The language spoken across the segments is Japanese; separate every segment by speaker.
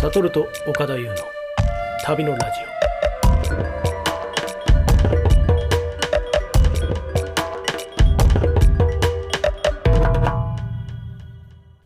Speaker 1: サトルと岡田優の旅のラジ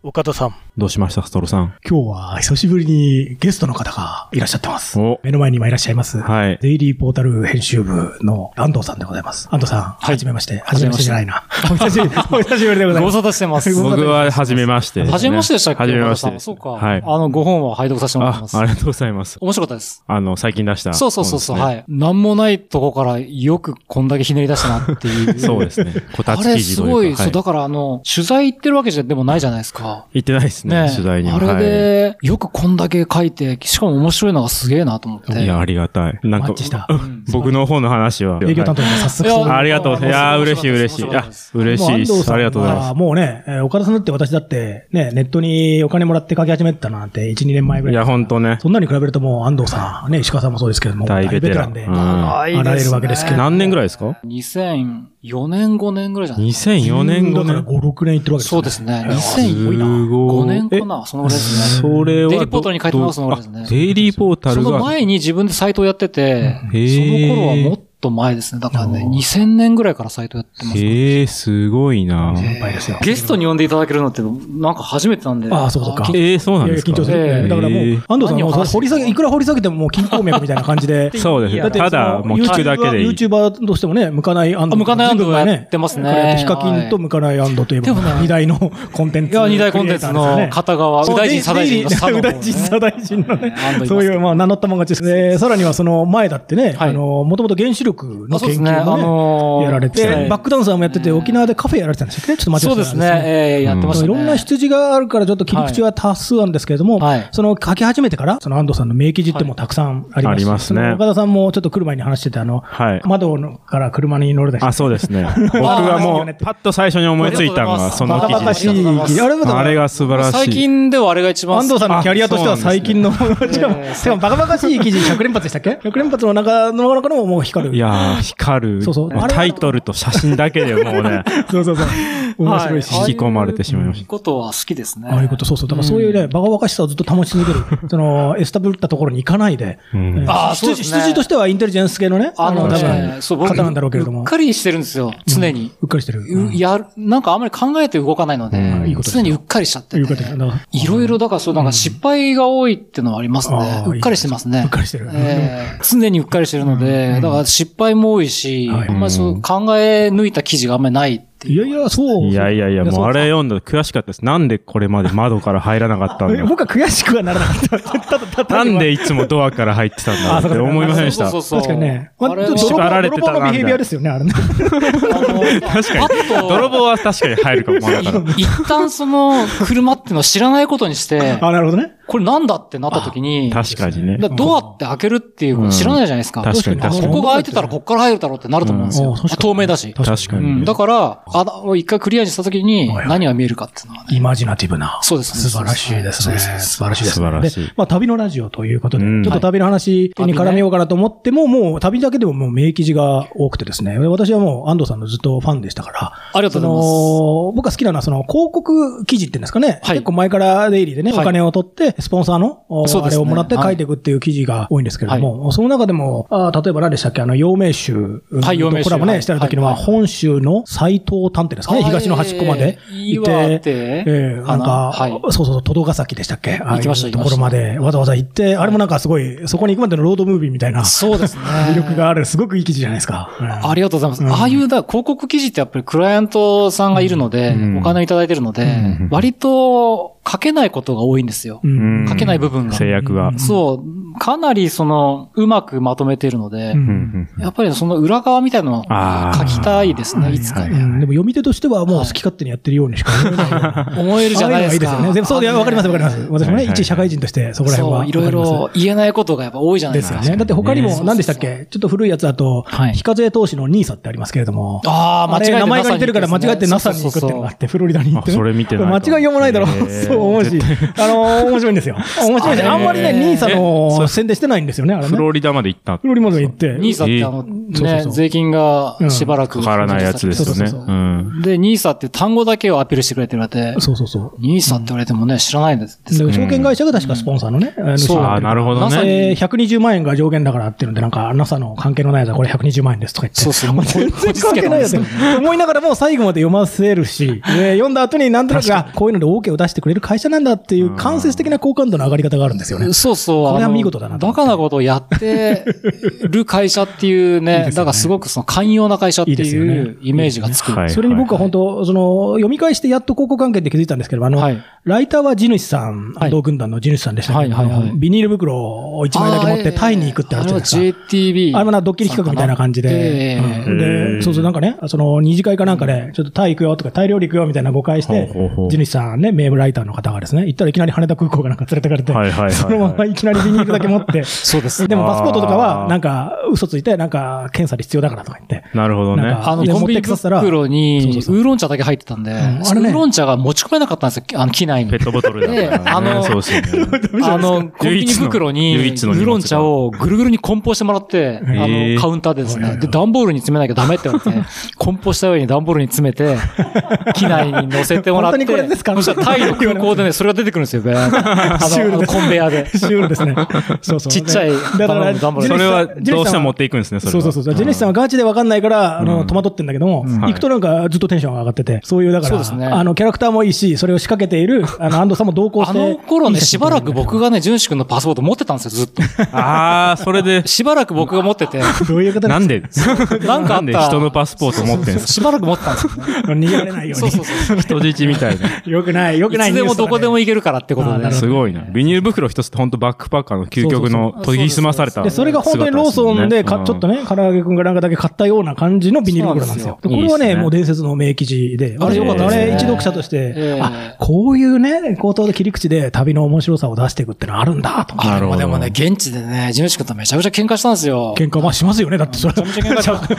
Speaker 1: オ岡田さん
Speaker 2: どうしました、ストロさん。
Speaker 1: 今日は久しぶりにゲストの方がいらっしゃってます
Speaker 2: お
Speaker 1: 目の前に今いらっしゃいます、
Speaker 2: はい。
Speaker 1: デイリーポータル編集部の安藤さんでございます。安藤さん、はじめまして。はじめましてじゃないな。 お久しぶり、お久しぶりで ございま
Speaker 3: ご無
Speaker 1: す。
Speaker 3: 沙汰してます。
Speaker 2: 僕は初めましてですね。
Speaker 3: 初めましてでしたっけ
Speaker 2: 初めまして
Speaker 3: 岡田さん
Speaker 2: です。
Speaker 3: そうか。
Speaker 2: はい。
Speaker 3: あの、5本は拝読させてもらって
Speaker 2: あ
Speaker 3: ま、す。
Speaker 2: ありがとうございます。
Speaker 3: 面白かったです。
Speaker 2: あの、最近出した、
Speaker 3: そうそうそうそう、
Speaker 2: 本
Speaker 3: はい。なんもないとこからよくこんだけひねり出したなっていう。
Speaker 2: そうですね。こた
Speaker 3: あ
Speaker 2: つ
Speaker 3: れ
Speaker 2: 記事
Speaker 3: す
Speaker 2: と
Speaker 3: ご
Speaker 2: いう
Speaker 3: い、
Speaker 2: か。
Speaker 3: そう、だからあの、取材行ってるわけじゃでもないじゃないですか。
Speaker 2: 行ってないですね、
Speaker 3: ね
Speaker 2: 取材に
Speaker 3: あ
Speaker 2: は。
Speaker 3: れ
Speaker 2: は
Speaker 3: で、よくこんだけ書いて、しかも面白いのがすげえなと思って。
Speaker 2: い。いや、ありがたい。なん
Speaker 1: マッ
Speaker 2: か
Speaker 1: チ、した。
Speaker 3: うん
Speaker 2: 僕の方の話は。
Speaker 1: 営業担当も早速
Speaker 3: いや
Speaker 1: そ
Speaker 2: はいあ
Speaker 1: う。。
Speaker 2: りがとうございます。いやー、嬉しい、嬉し
Speaker 3: 面白
Speaker 2: い。
Speaker 3: かっ
Speaker 2: あ
Speaker 3: たです、
Speaker 2: 嬉しいです。ありがとうございます
Speaker 1: もうね、えー岡田さんだって私だって、ね、ネットにお金もらって書き始めたのなんて、1、2年前ぐ
Speaker 2: す。い
Speaker 1: らい。
Speaker 2: や、ほんとね。
Speaker 1: そんなに比べるともう安藤さん、ね、石川さんもそうですけども、
Speaker 2: 大ベテラン。
Speaker 1: で
Speaker 2: う。ん
Speaker 3: 長い
Speaker 1: あられるわけですけど
Speaker 2: 何年ぐらいですか
Speaker 3: 2004年、5年ぐらいじゃないですか。
Speaker 2: ?2004 年
Speaker 1: だ
Speaker 2: 後
Speaker 1: から
Speaker 2: 年。
Speaker 1: 5、6年行ってるわけです
Speaker 3: そうですね。
Speaker 2: す
Speaker 3: 2004
Speaker 1: いな
Speaker 2: ご
Speaker 3: 5
Speaker 2: い
Speaker 3: 年かなそのぐらいですね。
Speaker 2: それはど。
Speaker 3: デイリーポータルに書いてますの俺ですね
Speaker 2: あデイリーポータ
Speaker 3: そ
Speaker 2: ル
Speaker 3: の
Speaker 2: が。
Speaker 3: 前に自分でサイトをやってて、その
Speaker 2: へー
Speaker 3: 頃はもっと前ですね。だからね、
Speaker 1: うん
Speaker 3: 2000年ぐらいからサイトやってます。
Speaker 2: へえ、すごいな。
Speaker 1: 先輩ですよ。
Speaker 3: ゲストに呼んでいただけるのって、なんか初めてなんで。
Speaker 1: ああ、そうかそうか。
Speaker 2: えー、そうなんですか。
Speaker 1: いやいや緊張する。
Speaker 3: ええ
Speaker 1: だからもう
Speaker 2: ええ、
Speaker 1: 安藤さんも
Speaker 3: 何を
Speaker 1: それ
Speaker 3: 話して
Speaker 1: 掘り下げ、いくら掘り下げてももう金鉱脈みたいな感じ で。
Speaker 2: そうですね。ただ、もう聞くだけでいい。
Speaker 1: YouTuber としてもね、向かない安藤。
Speaker 3: あ向かない安藤やってます
Speaker 1: こ
Speaker 3: ね
Speaker 1: れやってヒカキンと向かない安藤といえば、
Speaker 3: でもね
Speaker 1: 二大のコンテン
Speaker 3: い
Speaker 1: ツ。
Speaker 3: や、二大コンテンツの片側、右大臣、左大臣の差の
Speaker 1: 右
Speaker 3: 方ね
Speaker 1: 大臣、左大臣のね
Speaker 3: ね安藤いますけ。ど
Speaker 1: そういう、まあ、名乗ったもん勝ちですね。さらにはその前だってね、
Speaker 3: は
Speaker 1: あ
Speaker 3: い
Speaker 1: の、もともと原子力
Speaker 3: あ
Speaker 1: の
Speaker 3: そう
Speaker 1: 研
Speaker 3: ですね。
Speaker 1: 究
Speaker 3: あ
Speaker 1: もね、
Speaker 3: のー
Speaker 1: やられて
Speaker 3: は
Speaker 1: て、
Speaker 3: い
Speaker 1: バックダンサーもやってて、
Speaker 3: うん
Speaker 1: 沖縄でカフェやられてたんでしたっけねちょっと間違って
Speaker 3: そ
Speaker 1: た
Speaker 3: うですね。えーやってましたね。
Speaker 1: いろんな羊があるからちょっと切り口は多数なんですけれども、
Speaker 3: はい
Speaker 1: その書き始めてから、その安藤さんの名記事ってもうたくさんあります、
Speaker 2: はいありますね
Speaker 1: その岡田さんもちょっと来る前に話してたあの、
Speaker 2: はい。
Speaker 1: 窓のから車に乗るだ
Speaker 2: あ、そうですね。僕がもう、パッと最初に思いついたのは、その
Speaker 1: バ
Speaker 2: 記事
Speaker 1: カバカ
Speaker 2: で
Speaker 1: し
Speaker 2: し
Speaker 1: い記事。あれもだ
Speaker 2: た。
Speaker 1: か
Speaker 2: あれ
Speaker 1: ら、
Speaker 2: が素晴ら
Speaker 3: 最
Speaker 2: しい。
Speaker 3: 近ではあれが一番。
Speaker 1: 安藤さんのキャリアとしては
Speaker 2: あそうなんです
Speaker 1: 最
Speaker 2: ね
Speaker 1: 近の、 しかも、しかもバカバカしい記事100連発でしたっけ ?100 連発の中の中のもう光る。
Speaker 2: いやー、光る。
Speaker 1: そうそう
Speaker 2: も
Speaker 1: あれは
Speaker 2: タイトルと写真だけでもうね、
Speaker 1: そうそうそう。面白いし。
Speaker 3: は
Speaker 2: 引き込まれてしまいました。
Speaker 3: ことは好きですね。
Speaker 1: ああいうこと、そうそう。だからそういうね、バカバカしさをずっと保ち続ける。その、エスタブったところに行かないで。
Speaker 2: うん
Speaker 1: えー
Speaker 3: ああそうで
Speaker 1: 羊
Speaker 3: すね
Speaker 1: 羊としてはインテリジェンス系のね、
Speaker 3: あの
Speaker 1: 多分
Speaker 3: ね、そう、僕、
Speaker 1: 方なんだろうけれども
Speaker 3: うっかりしてるんですよ、常に。
Speaker 1: うっかりしてる。
Speaker 3: うやる、なんかあんまり考えて動かないので、
Speaker 2: うんいい
Speaker 1: ことです
Speaker 3: 常
Speaker 1: よ
Speaker 3: にうっかりしちゃって
Speaker 1: いう
Speaker 3: て。
Speaker 1: ことだから
Speaker 3: いろいろ、だからそう、なんか失敗が多いってのはありますね。
Speaker 1: うん
Speaker 3: うっかりしてますね。
Speaker 1: うっかりしてる
Speaker 3: ええ常にうっかりしてるので、
Speaker 1: うん
Speaker 3: だから失敗も多いし、
Speaker 1: はい
Speaker 3: あんまりそう考え抜いた記事があんまりないっていう。
Speaker 1: いやいや、そう。
Speaker 2: いやいやいや、もうあれ
Speaker 1: よ。
Speaker 2: 読んだら悔しかったです。なんでこれまで窓から入らなかったん
Speaker 1: え
Speaker 2: だ
Speaker 1: 僕は悔しくはならなかった。ただ、た
Speaker 2: な
Speaker 1: だ、
Speaker 2: んでいつもドアから入ってたんだろうって思いませんでした
Speaker 3: そう。そうそう
Speaker 1: 確かにね。まあ、
Speaker 3: あれは
Speaker 1: ちょっと泥
Speaker 2: 縛ら
Speaker 1: 棒
Speaker 2: れて
Speaker 1: 泥
Speaker 2: たな
Speaker 1: 棒のビヘイビアですよね、あれね。
Speaker 2: 確か
Speaker 3: 確
Speaker 2: に。 泥棒は確かに入るかも。だから
Speaker 3: 一旦その車っていうのを知らないことにして、
Speaker 1: あ、なるほどね。
Speaker 3: これなんだってなった時に、
Speaker 2: 確かにね
Speaker 3: だ。からドアって開けるっていうこと知らないじゃないですか。
Speaker 2: うん確かに確かに
Speaker 3: ここが開いてたらここから入るだろうってなると思うんです
Speaker 1: うん
Speaker 3: よ。
Speaker 1: あ確かに
Speaker 3: 透明だし。
Speaker 2: 確か
Speaker 3: う
Speaker 2: に
Speaker 3: ん、
Speaker 2: ね。
Speaker 3: だから、あの、一回クリアにしたときに
Speaker 1: はいはい
Speaker 3: 何が見えるかっていうのはね。
Speaker 1: イマジナティブな。
Speaker 3: そうですね
Speaker 1: 素晴らしいです
Speaker 3: そう
Speaker 1: ね。
Speaker 3: で
Speaker 1: 素
Speaker 3: すね
Speaker 1: 晴らしいですね。
Speaker 2: 素晴らしい
Speaker 1: でまあ、旅のラジオということで、
Speaker 2: うん
Speaker 1: ちょっと旅の話
Speaker 3: はい
Speaker 1: に絡めようかなと思っても、もう旅だけでももう名記事が多くてですね、私はもう安藤さんのずっとファンでしたから、
Speaker 3: ありが
Speaker 1: そ
Speaker 3: と
Speaker 1: う
Speaker 3: ご
Speaker 1: の、僕が好きなのは、その、広告記事っていうんですかね。
Speaker 3: はい
Speaker 1: 結構前からデイリーでね、
Speaker 3: はい
Speaker 1: お金を取って、スポンサーの、お
Speaker 3: そう
Speaker 1: あれ
Speaker 3: ですね
Speaker 1: をもらって書いていくっていう記事が多いんですけれども、その中でも、あ例えば何でしたっけ、あの、陽明集
Speaker 3: はい陽明
Speaker 1: と
Speaker 3: 集
Speaker 1: コラボね、
Speaker 3: はい
Speaker 1: してる時のは、
Speaker 3: はいはい
Speaker 1: 本州の斎藤探偵ですかね、
Speaker 3: あ
Speaker 1: 東の端っこまで
Speaker 3: えー
Speaker 1: 行って、
Speaker 3: 岩手
Speaker 1: えーなんか、
Speaker 3: かなはい
Speaker 1: そうそうそう、戸ヶ崎でしたっけああい
Speaker 3: 行きました
Speaker 1: うところまでわざわざ行って、あれもなんかすごい、そこに行くまでのロードムービーみたいな
Speaker 3: ざいます。そうですね。
Speaker 1: 魅力がある、すごくいい記事じゃないですか。うん
Speaker 3: ありがとうございます。
Speaker 1: うん
Speaker 3: ああいうだ、広告記事ってやっぱりクライアントさんがいるので、
Speaker 2: うん
Speaker 3: お金をいただいてるので、
Speaker 2: うん
Speaker 3: 割と書けないことが多いんですよ。
Speaker 1: うん
Speaker 2: うん
Speaker 3: 書けない部分が
Speaker 2: 制約が。
Speaker 3: そう、かなりその、うまくまとめているので、
Speaker 1: うん
Speaker 2: うんうん
Speaker 3: やっぱりその裏側みたいなのを
Speaker 2: あー
Speaker 3: 書きたいですね、いつか
Speaker 2: はい
Speaker 3: ね。
Speaker 1: うんでも読み手としてはもう好き勝手にやってるようにしか思えないような。
Speaker 3: 思えるじゃないですか。
Speaker 1: ああうのがいいですよね。でもそうで、
Speaker 3: あのね
Speaker 1: わかりますわかります。私も
Speaker 2: は
Speaker 1: ね、
Speaker 2: いはい
Speaker 1: 一社会人としてそこら辺はわ
Speaker 3: そう、
Speaker 1: か
Speaker 3: い
Speaker 1: りま
Speaker 3: ろ
Speaker 1: す。
Speaker 3: いろ言えないことがやっぱ多いじゃない
Speaker 1: で
Speaker 3: です
Speaker 1: す
Speaker 3: か。
Speaker 1: よね。だって他にも何でしたっ
Speaker 3: そうそう
Speaker 1: けちょっと古いやつだと
Speaker 3: は、い
Speaker 1: 非課税投資の NISA ってありますけれども。
Speaker 3: ああ、
Speaker 1: あ
Speaker 3: 間違え
Speaker 1: れ
Speaker 3: て
Speaker 1: 名前が似てるから間違えて NASA に
Speaker 3: そう
Speaker 1: 行くってい
Speaker 3: そうそう
Speaker 1: のがあって、フロリダに行ってね。
Speaker 2: あそれ見てないか
Speaker 1: 間
Speaker 2: も
Speaker 1: 違い読まないだろ
Speaker 2: へ
Speaker 1: う。
Speaker 2: ー
Speaker 1: そう思うし。あのー、面白いんですよ。面白いし。あんまりね、
Speaker 3: あれ
Speaker 1: NISA の
Speaker 2: え
Speaker 1: 宣伝してないんですよね、あれね。
Speaker 2: フ
Speaker 1: フ
Speaker 2: ロリダまで行った。
Speaker 1: ロリダに行って。
Speaker 3: ニーサってあの、
Speaker 1: そうそう
Speaker 3: ね
Speaker 1: そう、
Speaker 3: 税金がしばらく。
Speaker 1: うん
Speaker 2: かからないやつですよ
Speaker 1: そう
Speaker 2: ね。
Speaker 1: そうそ
Speaker 2: うう
Speaker 1: う
Speaker 2: ん。
Speaker 3: で、ニーサっていう単語だけをアピールしてくれてるわけで、
Speaker 1: そうそうそう。
Speaker 3: ニーサって言われてもね、知らないんです。
Speaker 1: で証券会社が確かスポンサーのね、あ
Speaker 3: そう
Speaker 2: ああ、なるほど
Speaker 3: まさ
Speaker 2: ね。
Speaker 3: に
Speaker 1: えー、120万円が上限だからっていうので、なんか NASA の関係のないやつはこれ120万円ですとか言って。
Speaker 3: そうそう、もう
Speaker 1: 全然関係ないやつ
Speaker 3: こじつけたんですけどね
Speaker 1: 思いながらも最後まで読ませるし、で読んだ後になんとなく、あこういうので OK を出してくれる会社なんだっていう間接的な好感度の上がり方があるんですよね。
Speaker 3: そうそう。
Speaker 1: これは
Speaker 3: あの
Speaker 1: 見事だなと思
Speaker 3: バ
Speaker 1: って
Speaker 3: カなことをやってる会社っていうね、だからすごくその寛容な会社って
Speaker 1: いいですよ
Speaker 3: い
Speaker 1: ね
Speaker 3: うイメージがつく。
Speaker 2: はい
Speaker 1: それに僕は本当、その、読み返してやっと広告関係って気づいたんですけど、あの、
Speaker 3: はい
Speaker 1: ライターは地主さん、
Speaker 3: は
Speaker 1: 安
Speaker 3: い
Speaker 1: 藤軍団の地主さんでしたけど、
Speaker 3: はいはいはい
Speaker 1: あのビニール袋を1枚だけ持ってタイに行くってあるじゃないですか。
Speaker 3: あれは JTB。
Speaker 1: あれもな、ドッキリ企画みたいな感じで。
Speaker 3: え
Speaker 1: う
Speaker 3: え
Speaker 1: ん
Speaker 2: う
Speaker 1: で、
Speaker 2: ん
Speaker 1: そうそう、なんかね、その、二次会かなんかで、ちょっとタイ行くよとか、タイ料理行くよみたいな誤解して
Speaker 2: ほうほうほ、う
Speaker 1: 地主さんね、名ーライターの方がですね、行ったらいきなり羽田空港かなんか連れてかれて、
Speaker 2: はいはいはいはい
Speaker 1: そのままいきなりビニールだけ持 って、
Speaker 3: そうです。
Speaker 1: でもパスポートとか
Speaker 2: あ
Speaker 1: は、
Speaker 2: ー
Speaker 1: なんか、嘘ついて、なんか、検査で必要だからとか言 って。
Speaker 2: なるほどね。
Speaker 1: なんか
Speaker 3: あの、
Speaker 1: で
Speaker 3: コンビニ
Speaker 1: 持ってきたら
Speaker 3: 袋
Speaker 1: そう
Speaker 3: に
Speaker 1: そ
Speaker 3: ウ
Speaker 1: うそう
Speaker 3: ーロン茶だけ入ってたんで、
Speaker 1: んあれね
Speaker 3: ウーロン茶が持ち込めなかったんですよ、あの、機内に
Speaker 2: ペ。ットボトルだったからね。
Speaker 3: であの
Speaker 2: そうですよね。
Speaker 3: あの、コンビニ袋に、ウ
Speaker 2: 唯一の唯一の荷物が
Speaker 3: ーロン茶をぐるぐるに梱包してもらって、あ
Speaker 2: へー
Speaker 3: の、カウンターでですね、で、段ボールに詰めなきゃダメって言わ れて、梱包したように段ボールに詰め て、機内に乗せてもらっ
Speaker 1: 本当
Speaker 3: て、
Speaker 1: にこれですか
Speaker 3: そしたらタイの空港でね、それが出てくるんですよ、ベア あ
Speaker 1: シュール
Speaker 3: の、
Speaker 1: です
Speaker 3: コンベアで。
Speaker 1: シュールですね。そうそう。
Speaker 3: ちっちゃい
Speaker 1: でだから、
Speaker 3: ダンボ
Speaker 1: ジ
Speaker 3: ール
Speaker 2: そ
Speaker 1: ェネシス
Speaker 2: れ
Speaker 1: さ
Speaker 2: は
Speaker 1: ん
Speaker 2: どうしても持っていくんですね、それ
Speaker 1: そう
Speaker 2: は。
Speaker 1: そうそう。ジェネシスさんはガチで分かんないから、あの、戸惑ってんだけども、
Speaker 2: ん
Speaker 1: 行くとなんかずっとテンションが上がってて、そういう、だか
Speaker 3: そうですね
Speaker 1: ら、あの、キャラクターもいいし、それを仕掛けている、あ の、安藤さんも同行し
Speaker 3: あ
Speaker 1: て。
Speaker 3: の頃ね、しばらく僕
Speaker 1: が。
Speaker 3: がね、淳志君のパスポート持ってたんですよ、ずっと。
Speaker 2: ああ、それ で、
Speaker 3: しばらく僕が持って て、
Speaker 1: どういう方
Speaker 2: なんで、
Speaker 3: なんかあ
Speaker 2: な
Speaker 3: っ
Speaker 2: んで
Speaker 3: た
Speaker 2: 人のパスポート持ってんすか
Speaker 3: しばらく持ってたんですよね。
Speaker 1: 逃げられないよう
Speaker 3: そう
Speaker 1: に。
Speaker 3: そうそう。
Speaker 2: 人質みた いな。
Speaker 1: よくない、よく
Speaker 3: い
Speaker 1: ない
Speaker 3: つ
Speaker 1: ニ
Speaker 3: で
Speaker 1: ュー
Speaker 3: も
Speaker 1: スと
Speaker 3: ど
Speaker 1: かね
Speaker 3: こでも行けるからってこと
Speaker 1: あーな
Speaker 3: で
Speaker 1: るほど。
Speaker 2: すごいな。ビニール袋一つって本当バックパッカーの究極の研ぎ澄まされた。
Speaker 1: で、それが本当にローソンでか、ちょっと
Speaker 2: ね。
Speaker 1: ね、唐揚げくんがなんかだけ買ったような感じのビニール袋なんですよ。
Speaker 3: そ
Speaker 1: で
Speaker 2: うな
Speaker 1: こ
Speaker 2: んですよ
Speaker 1: れは
Speaker 2: いいです
Speaker 1: ね
Speaker 2: ね
Speaker 1: もう伝説の名記事で、
Speaker 3: あ
Speaker 1: 私
Speaker 3: れ
Speaker 2: 良かったですね
Speaker 1: あれ一読者として、
Speaker 3: ええ
Speaker 1: あ、こういうね、口頭で切り口で旅の面白さを出していくってのあるんだ、と思って
Speaker 3: あ
Speaker 2: なる
Speaker 3: れ
Speaker 2: ほ
Speaker 3: も
Speaker 2: ど
Speaker 3: でもね、現地でね、ジムシ君とめちゃくちゃ喧嘩したんですよ。
Speaker 1: 喧嘩まあしますよね、だってそれは。めちゃめちゃ喧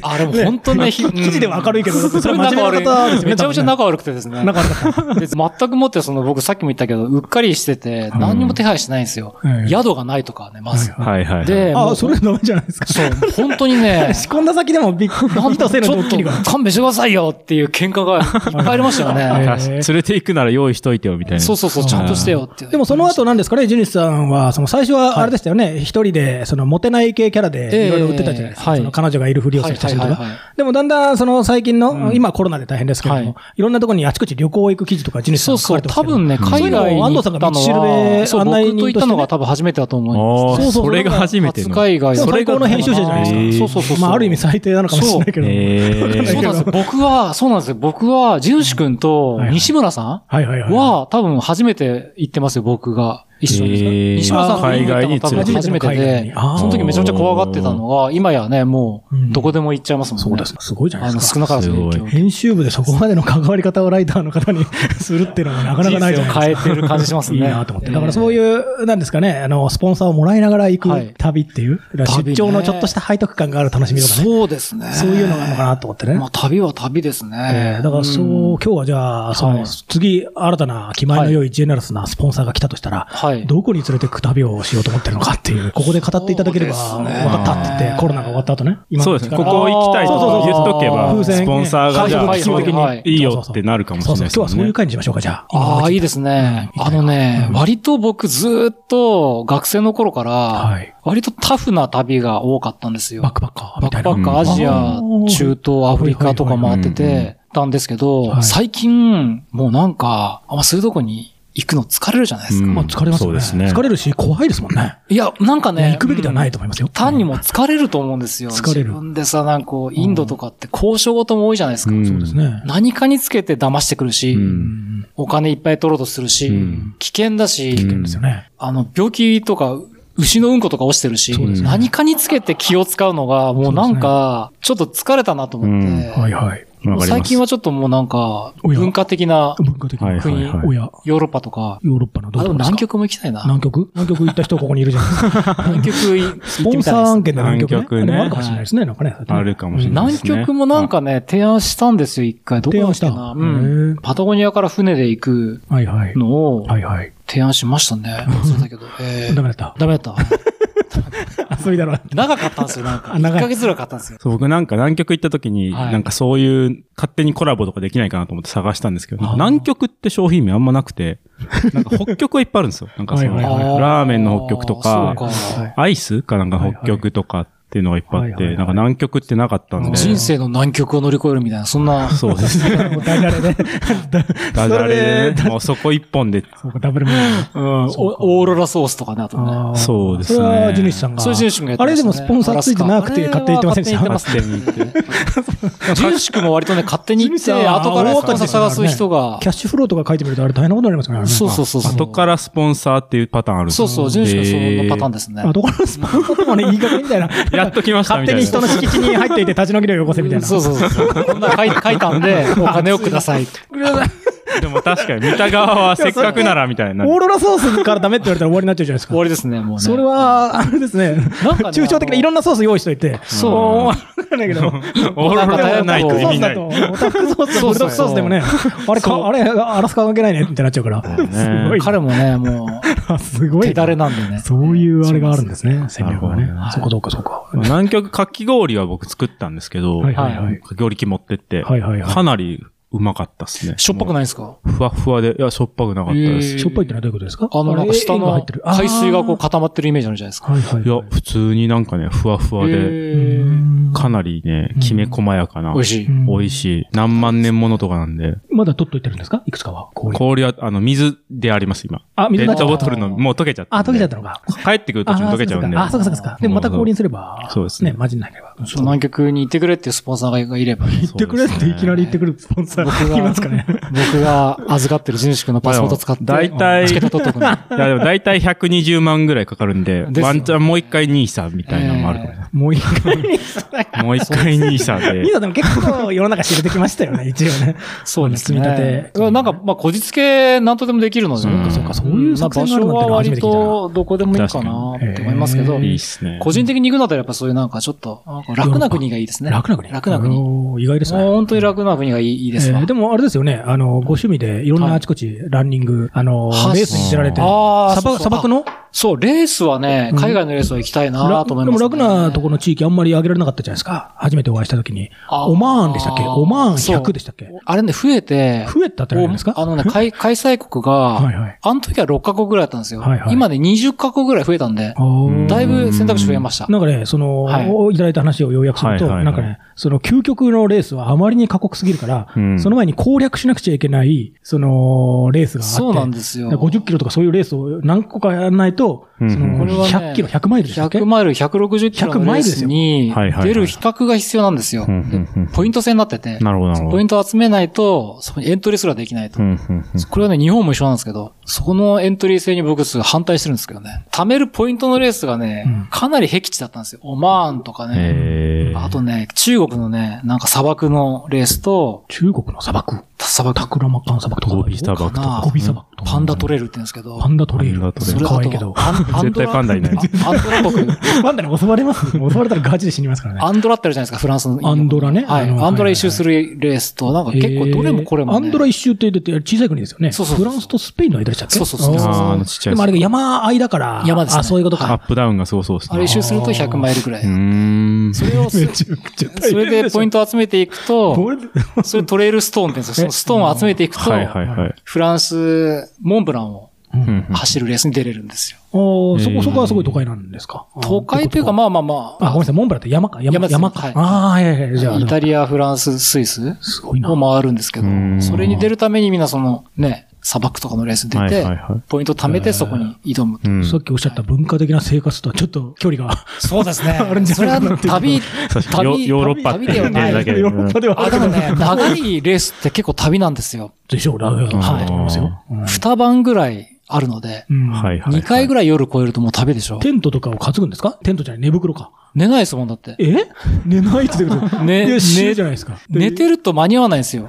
Speaker 1: 嘩
Speaker 3: あれも本当ね、ひ
Speaker 1: 記事では明るいけどだってそれは真面目な方ですよね
Speaker 3: めちゃめちゃ仲悪くてですね。
Speaker 1: 仲悪か
Speaker 3: で全くもって、その僕さっきも言ったけど、うっかりしてて、何にも手配しないんですよ
Speaker 1: う。ん
Speaker 3: 宿がないとかね、まず。
Speaker 2: はいはいはい。
Speaker 3: で、も
Speaker 1: あ、
Speaker 3: う
Speaker 1: それダメじゃないですか。
Speaker 3: そう、本当 にね、
Speaker 1: 仕込んだ先でもびっく
Speaker 3: なん
Speaker 1: りとせる
Speaker 3: ち
Speaker 1: ド
Speaker 3: ょっ
Speaker 1: ッキリが。
Speaker 3: と勘弁してくださいよっていう喧嘩がいっぱいありましたよ
Speaker 1: え
Speaker 3: ね。
Speaker 1: ー
Speaker 2: 確かに連れて行くなら用意しといてよ、みたいな。
Speaker 3: そうそうそう、ちゃんとしてよっていう。
Speaker 1: でもその後なんですかね、ジュニスさんは、その最初はあれでしたよね、一人で、そのモテない系キャラ
Speaker 3: ええ
Speaker 1: でいろいろ売ってたじゃないです
Speaker 3: は
Speaker 1: か。
Speaker 3: い
Speaker 1: その彼女がいるふりをする写真と
Speaker 3: はいはい
Speaker 1: か
Speaker 3: はいは。
Speaker 1: でもだんだん、その最近の、今コロナで大変ですけど
Speaker 3: はい
Speaker 1: も、いろんなところにあちこち旅行行く記事とかジュニスさ
Speaker 3: そ
Speaker 1: ん
Speaker 3: う
Speaker 1: が書
Speaker 3: そ
Speaker 1: か
Speaker 3: う、
Speaker 1: れてます
Speaker 3: 多
Speaker 1: けど
Speaker 3: 分ね、海外に行
Speaker 1: そういうのを
Speaker 3: ったの
Speaker 1: 安藤さんが道しる
Speaker 3: は、
Speaker 1: べ
Speaker 3: そう、僕
Speaker 1: 案内人としてね
Speaker 3: と行ったのが多分初めてだと思います。
Speaker 2: あ
Speaker 1: そうそ
Speaker 2: あ、
Speaker 1: うそう
Speaker 2: それが初めて
Speaker 3: 初
Speaker 2: の。
Speaker 3: 海外
Speaker 1: でも最高の編集者じゃないです
Speaker 2: か
Speaker 3: そうそうそうそう。
Speaker 1: まあ、ある意味最低なのかもしれないけど。
Speaker 2: え
Speaker 1: だ
Speaker 2: ー
Speaker 1: け
Speaker 3: そ
Speaker 1: ど
Speaker 3: うなんですよ。僕は、そうなんですよ。僕は、ジュンシ君と
Speaker 1: はいはい
Speaker 3: 西村さ
Speaker 1: はいはいは
Speaker 3: ん
Speaker 1: い。
Speaker 3: は、多分初めて行ってますよ、僕が。一緒に。
Speaker 2: えー
Speaker 3: 西村さんと行ったの多
Speaker 1: 海
Speaker 3: 分
Speaker 1: 外に連れて
Speaker 3: 初めて
Speaker 1: 海外に
Speaker 3: で、
Speaker 1: あー
Speaker 3: その時めちゃめちゃ怖がってたのが、今やね、も
Speaker 1: う
Speaker 3: う、
Speaker 1: ん
Speaker 3: どこでも行っちゃいますもんね。
Speaker 1: そうです。すごいじゃな
Speaker 3: あ
Speaker 1: いで
Speaker 3: の、
Speaker 1: す
Speaker 3: 少
Speaker 1: か。
Speaker 3: なからずの影響。
Speaker 1: 編集部でそこまでの関わり方をライターの方に するっていうのもなかなかないじゃないですか。
Speaker 3: 人生を変えてる感じしますね
Speaker 1: いいなと思って。だからそういう、なんですかね、あの、スポンサーをもらいながら行
Speaker 3: はい
Speaker 1: く旅っていう、
Speaker 3: 旅ね
Speaker 1: 出張のちょっとした背徳感がある楽しみとかね。
Speaker 3: そうですね。
Speaker 1: そういうのがあるのかなと思ってね
Speaker 3: まあ、旅は旅です
Speaker 1: え
Speaker 3: ね
Speaker 1: ー。だからそう、
Speaker 3: ん
Speaker 1: 今日はじゃあ、そ
Speaker 3: はい
Speaker 1: の、次、新たな気前の良いジェネラスなスポンサーが来たとしたら、
Speaker 3: はい
Speaker 1: どこに連れてく旅をしようと思ってるのかっていう、ここで語っていただければ、
Speaker 3: そう
Speaker 1: 分
Speaker 3: ですね
Speaker 1: かったって言って、コロナが終わった後ね。今
Speaker 2: そう
Speaker 1: の
Speaker 2: ですね。
Speaker 1: 力
Speaker 2: ここ行きたいとか言っとけ
Speaker 1: あー
Speaker 2: ば、
Speaker 1: 風船
Speaker 2: スポンサーがじゃあ、
Speaker 3: はいはいはいはい
Speaker 2: いいよってなるかもしれない
Speaker 1: そう
Speaker 2: です
Speaker 1: そう
Speaker 2: も
Speaker 1: 今日はそうんい
Speaker 2: ね
Speaker 1: う。回にしましょうか、じゃあ。
Speaker 3: ああ、いいですね。あのね、割と僕ずーっと学生の頃か
Speaker 1: は
Speaker 3: ら
Speaker 1: い、
Speaker 3: 割とタフな旅が多かったんですよ。
Speaker 1: バッ
Speaker 3: バ
Speaker 1: クパッカーみ
Speaker 3: ッ
Speaker 1: たい
Speaker 3: ク
Speaker 1: な。
Speaker 3: パッカー、アジア
Speaker 1: あー、
Speaker 3: 中東、アフリカとか回って
Speaker 2: はいはいは
Speaker 3: てたんですけど、
Speaker 1: はい
Speaker 3: 最近、もうなんか、あんまそういうとこに行くの疲れるじゃないですか。
Speaker 2: うん
Speaker 1: まあ疲れます
Speaker 2: そう
Speaker 1: よ
Speaker 2: で
Speaker 1: ね。
Speaker 2: すね
Speaker 1: 疲れるし、怖いですもんね。
Speaker 3: いや、なんか
Speaker 1: いや
Speaker 3: ね、
Speaker 1: 行くべきではないと思いますよ。
Speaker 3: 単にもう疲れると思うんですよ。
Speaker 1: 疲れる
Speaker 3: 自分でさ、なんかこう、インドとかって交渉事も多いじゃないですか。
Speaker 2: うんそう
Speaker 1: ですね。
Speaker 3: 何かにつけて騙してくるし、
Speaker 2: うん。
Speaker 3: お金いっぱい取ろうとするし、
Speaker 2: うん
Speaker 3: 危険だし、
Speaker 2: 危険
Speaker 1: ですよね。
Speaker 3: あの、病気とか、牛のうんことか落ちてるし、
Speaker 1: そうですね
Speaker 3: 何かにつけて気を使うのが、もうなんか、ちょっと疲れたなと思って、
Speaker 2: うん
Speaker 1: はいはい。
Speaker 2: わかります。
Speaker 3: 最近はちょっともうなんか、
Speaker 1: おや
Speaker 3: 文化的な
Speaker 1: 文化的に。
Speaker 2: はいはい
Speaker 3: 国、
Speaker 2: はい
Speaker 1: おや、
Speaker 3: ヨーロッパとか、
Speaker 1: ヨーロッパのど
Speaker 3: あ、で
Speaker 1: こ
Speaker 3: も
Speaker 1: ですか
Speaker 3: 南極も行きたいな。
Speaker 1: 南極南極行った人ここにいるじゃない ですか。
Speaker 3: 南極い行
Speaker 1: ス
Speaker 3: っ
Speaker 1: ポ
Speaker 3: て
Speaker 1: ン
Speaker 3: み
Speaker 1: サー
Speaker 3: たい
Speaker 1: 案
Speaker 3: で
Speaker 1: 件で南極ね。
Speaker 2: 南極ね
Speaker 1: あるかもしれないですね、なんかね。
Speaker 2: あるかもし
Speaker 1: し
Speaker 2: れ
Speaker 1: れ
Speaker 2: な
Speaker 1: ないい。
Speaker 2: で
Speaker 3: 南
Speaker 2: すね。
Speaker 3: 極もなんかね、提案したんですよ、一回。どこだっけ
Speaker 1: 提
Speaker 3: な
Speaker 1: 案した
Speaker 3: うん
Speaker 1: へ。え
Speaker 3: パタゴニアから船で行く
Speaker 1: はいはい。
Speaker 3: のを
Speaker 1: はいはい。
Speaker 3: 提案しましたね。そうだけど。えー
Speaker 1: ダメだった。
Speaker 3: ダメだった。
Speaker 1: 遊びだろうな。
Speaker 3: 長かったんですよ、なんか。
Speaker 1: あ長
Speaker 3: 1
Speaker 1: い
Speaker 3: ヶ月ぐらいかかったんですよ。
Speaker 2: そう僕なんか南極行った時に、
Speaker 3: はい
Speaker 2: なんかそういう勝手にコラボとかできないかなと思って探したんですけど、
Speaker 3: あー
Speaker 2: 南極って商品名あんまなくて、なんか北極はいっぱいあるんですよ。なんかその、
Speaker 1: はいはいはい
Speaker 2: ラーメンの北極とか、
Speaker 3: そうか
Speaker 2: アイスかなんか北極とかっていうのがいっぱいあって、
Speaker 1: はいはいはい
Speaker 2: なんか南極ってなかったんで。
Speaker 3: 人生の難局を乗り越えるみたいな、そ んな。
Speaker 2: そうですね。
Speaker 1: もうダジャレね。
Speaker 2: ダジャレ
Speaker 1: それ
Speaker 2: で、もうそこ一本で。
Speaker 1: そうか、ダブルミーニング
Speaker 3: うん、おオーロラソースとかね、あとね。
Speaker 1: あー
Speaker 2: そうですね
Speaker 1: それは、地主さんが。
Speaker 3: そういうジュンシ君がやって
Speaker 1: あ
Speaker 3: ま
Speaker 1: れで
Speaker 3: したね
Speaker 1: もスポンサーついてなくて勝手に言ってませんでした。
Speaker 3: 勝手に言ってますね。ジュンシ君も割とね、勝手に行っ
Speaker 1: ジュンシ
Speaker 3: て、
Speaker 1: さん
Speaker 3: 後からスポンサー探す人が
Speaker 1: キ。ャッシュフローとか書いてみるとあれ大変なことになりますからね。
Speaker 3: そうそうそうそう。
Speaker 2: 後からスポンサーっていうパターンあるんです
Speaker 3: そうそう、ジュンシ君そのパターン
Speaker 2: で。
Speaker 3: ですね。
Speaker 1: あ、どこのスポンサーともね、言いかけみたいな。
Speaker 2: へーやっと来ました
Speaker 1: 勝
Speaker 2: み
Speaker 1: 手
Speaker 2: たい
Speaker 1: に
Speaker 2: な。
Speaker 1: 人の敷地に入っていて立ち退き料よこせみたいな。
Speaker 3: そうそうそう。こんな書い書い たんで、お金をください。
Speaker 2: でも確かに見た側はせっかくならみたいな。
Speaker 1: オーロラソースからダメって言われたら終わりになっちゃうじゃないです
Speaker 3: 終
Speaker 1: か。
Speaker 3: わりですね、もうね。
Speaker 1: それ、は、あれですね。
Speaker 3: なんかね
Speaker 1: 抽象的ないろんなソース用意しといて。
Speaker 3: そう
Speaker 1: おーわかんないけど。
Speaker 2: オーロラじゃないと意味ない。
Speaker 1: オタフクソースだと、オタフクソース、
Speaker 3: そ
Speaker 1: ブ
Speaker 3: うそう
Speaker 1: ルドックソースでもね、あれか、あれ、アラスカ関係ないねってなっちゃうから。すごい。
Speaker 3: 彼もね、も
Speaker 1: あす
Speaker 3: う、
Speaker 1: ご
Speaker 3: 手
Speaker 1: い。
Speaker 3: だれなんでね。
Speaker 1: そういうあれがあるんですね、戦略がね
Speaker 2: なるほどね。
Speaker 1: そこどうかそうか。
Speaker 2: 南極かき氷は僕作ったんですけど、
Speaker 1: はい
Speaker 2: か
Speaker 1: はいはい。
Speaker 2: き氷機持ってって、
Speaker 1: はいはいはい
Speaker 2: かなりうまかったですね。
Speaker 3: しょっぱく
Speaker 2: も
Speaker 3: ないですか
Speaker 2: うふわふわで、いや、しょっぱくなかったです。
Speaker 3: へ
Speaker 2: い
Speaker 3: ー
Speaker 1: しょっぱいってのはどういうことですか
Speaker 3: あの、なんか下
Speaker 1: あれ塩分入
Speaker 3: の
Speaker 1: ってる
Speaker 3: 海水がこう
Speaker 1: あ
Speaker 3: 固まってるイメージあるじゃないですか。
Speaker 1: ーはいはい
Speaker 2: や
Speaker 1: はい、
Speaker 2: 普通になんかね、ふわふわ
Speaker 3: へ
Speaker 2: で、
Speaker 3: ー
Speaker 1: うん
Speaker 2: かなりね、きめ細やかな。
Speaker 3: 美味しい。
Speaker 1: うん
Speaker 2: 美味しい。何万年ものとかなんで。
Speaker 1: まだ取っといてるんですかいくつかは。氷。
Speaker 2: 氷は、あの、水であります、今。
Speaker 1: あ、
Speaker 2: ペ
Speaker 1: 水にな
Speaker 2: ッ
Speaker 1: っちゃ
Speaker 2: ト
Speaker 1: っ。
Speaker 2: ボトルの、もう溶けちゃった
Speaker 1: あ、
Speaker 2: たんで。
Speaker 1: 溶けちゃったのか。
Speaker 2: 帰ってくる途中に溶けちゃうんで。
Speaker 1: あ、そうかそうかそうか。でもまた氷にすれば。
Speaker 2: そうですね
Speaker 1: マジになれば。
Speaker 3: そう南極に行ってくれっていうスポンサーがいれば、
Speaker 2: 言
Speaker 1: 言ってくれっていきなり言ってくるスポンサ
Speaker 3: 僕
Speaker 1: ー
Speaker 3: が
Speaker 1: いますかね。
Speaker 3: 僕が預かってる地主君のパスポート使って、
Speaker 2: まあでも大体
Speaker 3: チケット取っとくの。
Speaker 2: いや、でも大体120万ぐらいかかるんで、
Speaker 3: ですよね
Speaker 2: ワンチャンもう一回兄さんみたいなのもあるかもしれな
Speaker 1: もう一回。ミ
Speaker 2: い。もう一回兄さんで。
Speaker 1: サでも結構世の中知れてきましたよ ね、一応ね。
Speaker 3: そうですね。
Speaker 1: 積み立て
Speaker 3: うんなんか、まあ、こじつけ、なんとでもできるので。
Speaker 2: そうかそう
Speaker 1: かそういう作戦があるなんてのは初めて聞いたな
Speaker 3: まあ場所は割と、どこでもいいかなって思いますけど
Speaker 1: 確か、に
Speaker 2: い
Speaker 1: へ
Speaker 2: いっすね。
Speaker 3: 個人的に行くんだったらやっぱそういうなんかちょっと、なんか楽な国がいいですね。
Speaker 1: 楽な国。
Speaker 3: 楽な国。もう
Speaker 1: おー意外ですね。
Speaker 3: 本当に楽な国がいいいいです
Speaker 1: え
Speaker 3: わ
Speaker 1: ー。でもあれですよね、あの、ご趣味でいろん
Speaker 3: はい
Speaker 1: なあちこちランニング、あの
Speaker 3: は、い
Speaker 1: レースに出られて、
Speaker 3: あー
Speaker 1: 砂
Speaker 3: そう
Speaker 1: 漠
Speaker 3: そう
Speaker 1: 砂漠の
Speaker 3: そう、レースはね、海外のレースは行きたいな
Speaker 1: らで
Speaker 3: と思いま
Speaker 1: も
Speaker 3: すね、
Speaker 1: 楽なところの地域あんまり上げられなかったじゃないですか。初めてお会いした時に。
Speaker 3: あー
Speaker 1: オマーンでしたっけオマーン
Speaker 3: そう
Speaker 1: 100でしたっけ
Speaker 3: あれね、増えて、
Speaker 1: 増えたってなんですか
Speaker 3: あのね、開開催国が、
Speaker 1: はいはい。
Speaker 3: あの時は6カ国ぐらいだったんですよ。
Speaker 1: はいはい
Speaker 3: 今ね、20カ国ぐらい増えたんで、
Speaker 2: ん
Speaker 3: だいぶ選択肢増えました。
Speaker 1: なんかね、その、
Speaker 3: はい
Speaker 1: い、ただいた話を要約すると、
Speaker 2: はいはいはい
Speaker 1: なんかね、その究極のレースはあまりに過酷すぎるから、
Speaker 2: うん
Speaker 1: その前に攻略しなくちゃいけない、その、レースがあって。
Speaker 3: そうなんですよ。
Speaker 1: だから50キロとかそういうレースを何個かやらないと、
Speaker 2: うん
Speaker 1: その
Speaker 2: こ
Speaker 3: れはね
Speaker 1: 100キロ、100マイルでしたっけ
Speaker 3: 100マイル、160キロ
Speaker 1: 100
Speaker 3: の
Speaker 1: マ
Speaker 3: レ
Speaker 1: イ
Speaker 3: ー
Speaker 1: ルです
Speaker 3: ス
Speaker 1: よ
Speaker 3: に
Speaker 2: はいはいはい
Speaker 3: 出る比較が必要なんですよ
Speaker 2: うんうんうん。
Speaker 3: ポイント制になってて、
Speaker 2: なるほど、なるほ
Speaker 3: ポイントを集めないと、そこにエントリーすらできないと
Speaker 2: ど。う。んうんうん
Speaker 3: これはね、日本も一緒なんですけど、そこのエントリー制に僕すごい反対してるんですけどね。貯めるポイントのレースがね、
Speaker 1: うん
Speaker 3: かなり僻地だったんですよ。オマーンとかね。
Speaker 2: えー
Speaker 3: あとね、中国のね、なんか砂漠のレースと、
Speaker 1: 中国の砂漠。
Speaker 3: 砂漠
Speaker 1: タクラマカン砂漠とか。
Speaker 2: ゴビ砂漠と
Speaker 3: か
Speaker 2: か
Speaker 3: な。
Speaker 1: ゴビ砂漠とか。
Speaker 3: パンダトレールって言うんですけど。
Speaker 1: パンダトレイル。
Speaker 2: パンダトレイ
Speaker 3: そ
Speaker 2: ル
Speaker 3: れ
Speaker 1: 可
Speaker 3: あ
Speaker 1: 愛
Speaker 3: と
Speaker 1: いけど。
Speaker 3: アンアン
Speaker 2: 絶
Speaker 3: ド
Speaker 2: 対
Speaker 3: ラ
Speaker 2: パンダいない。
Speaker 3: あアンドラ国。
Speaker 1: パンダに襲われます。襲われたらガチで死にますからね。
Speaker 3: アンドラってあるじゃないですか、フランスの。
Speaker 1: アンドラね
Speaker 3: はい。
Speaker 1: あの
Speaker 3: アンドラ一周するレースと、なんか結構どれもこれも、ね。
Speaker 1: えーアンドラ一周って言って小さい国ですよね。
Speaker 3: そうそうそう
Speaker 1: フランスとスペインの間でしたっけ
Speaker 3: そうそうそう
Speaker 1: あー
Speaker 2: あーあのちっちゃい
Speaker 1: でもあれが山あいだから。
Speaker 3: 山ですね
Speaker 1: あ、そういうこと
Speaker 2: ア
Speaker 1: か。
Speaker 2: ップダウンがそうそうです
Speaker 3: あれ
Speaker 2: ね。
Speaker 3: 一周すると100マイルぐらい。
Speaker 2: うーん。
Speaker 3: それ をす、
Speaker 1: ちゃくちゃ
Speaker 3: それでポイン
Speaker 1: ト。
Speaker 3: トを集めていくと、
Speaker 1: 俺
Speaker 3: それトレイルストーンって言うんですよ。そのストーンを集めていくと、
Speaker 2: はいはいはい。
Speaker 3: フランス、モンブランを
Speaker 2: うんうん
Speaker 3: 走るレースに出れるんですよ。
Speaker 1: あーそ
Speaker 2: えー
Speaker 1: こ、そこはすごい都会なんですか。
Speaker 3: 都会というか、
Speaker 1: あ
Speaker 3: まあまあま
Speaker 1: ー。あ、ごめんなさい、モンブランって山か。山
Speaker 3: 山ですね
Speaker 1: 山か。
Speaker 3: はい
Speaker 1: ああ、いやいやいや、じゃ
Speaker 3: あ、
Speaker 1: あ。
Speaker 3: イタリア、フランス、スイス
Speaker 1: すごいな。
Speaker 3: を回るんですけど
Speaker 2: う、ん
Speaker 3: それに出るためにみんなそのね、砂漠とかのレースに出
Speaker 2: はいはい
Speaker 3: て、
Speaker 2: は
Speaker 3: ポイントを貯めてそこに挑
Speaker 2: い。
Speaker 3: む
Speaker 2: う。ん
Speaker 1: さっきおっしゃった文化的な生活とはちょっと距離が。
Speaker 3: そうです ね。
Speaker 1: あるんじゃ
Speaker 3: それ
Speaker 1: な
Speaker 3: はい
Speaker 1: かなっていう
Speaker 3: 旅、
Speaker 2: 確かに
Speaker 3: 旅、
Speaker 2: ヨヨーロッパって
Speaker 3: 旅
Speaker 2: 言
Speaker 3: で
Speaker 2: っ
Speaker 3: は
Speaker 2: てる
Speaker 3: ない
Speaker 2: だ。けで。
Speaker 1: ヨーロッパでは
Speaker 3: あ、でもね、長いレースって結構旅なんですよ。
Speaker 1: でしょう、ラー
Speaker 2: はい
Speaker 1: はい、思いますよ。うん
Speaker 3: 二晩ぐらいあるので、
Speaker 1: うん
Speaker 2: はいはい。
Speaker 3: 二回ぐらい夜超えるともう旅でしょ。
Speaker 1: テントとかを担ぐんですかテントじゃない、寝袋か。
Speaker 3: 寝ないですもんだって。
Speaker 1: え寝ないって言うこと
Speaker 3: ね
Speaker 1: いや死
Speaker 3: ね
Speaker 1: ぬじゃないですか。
Speaker 3: 寝てると間に合わないんですよ。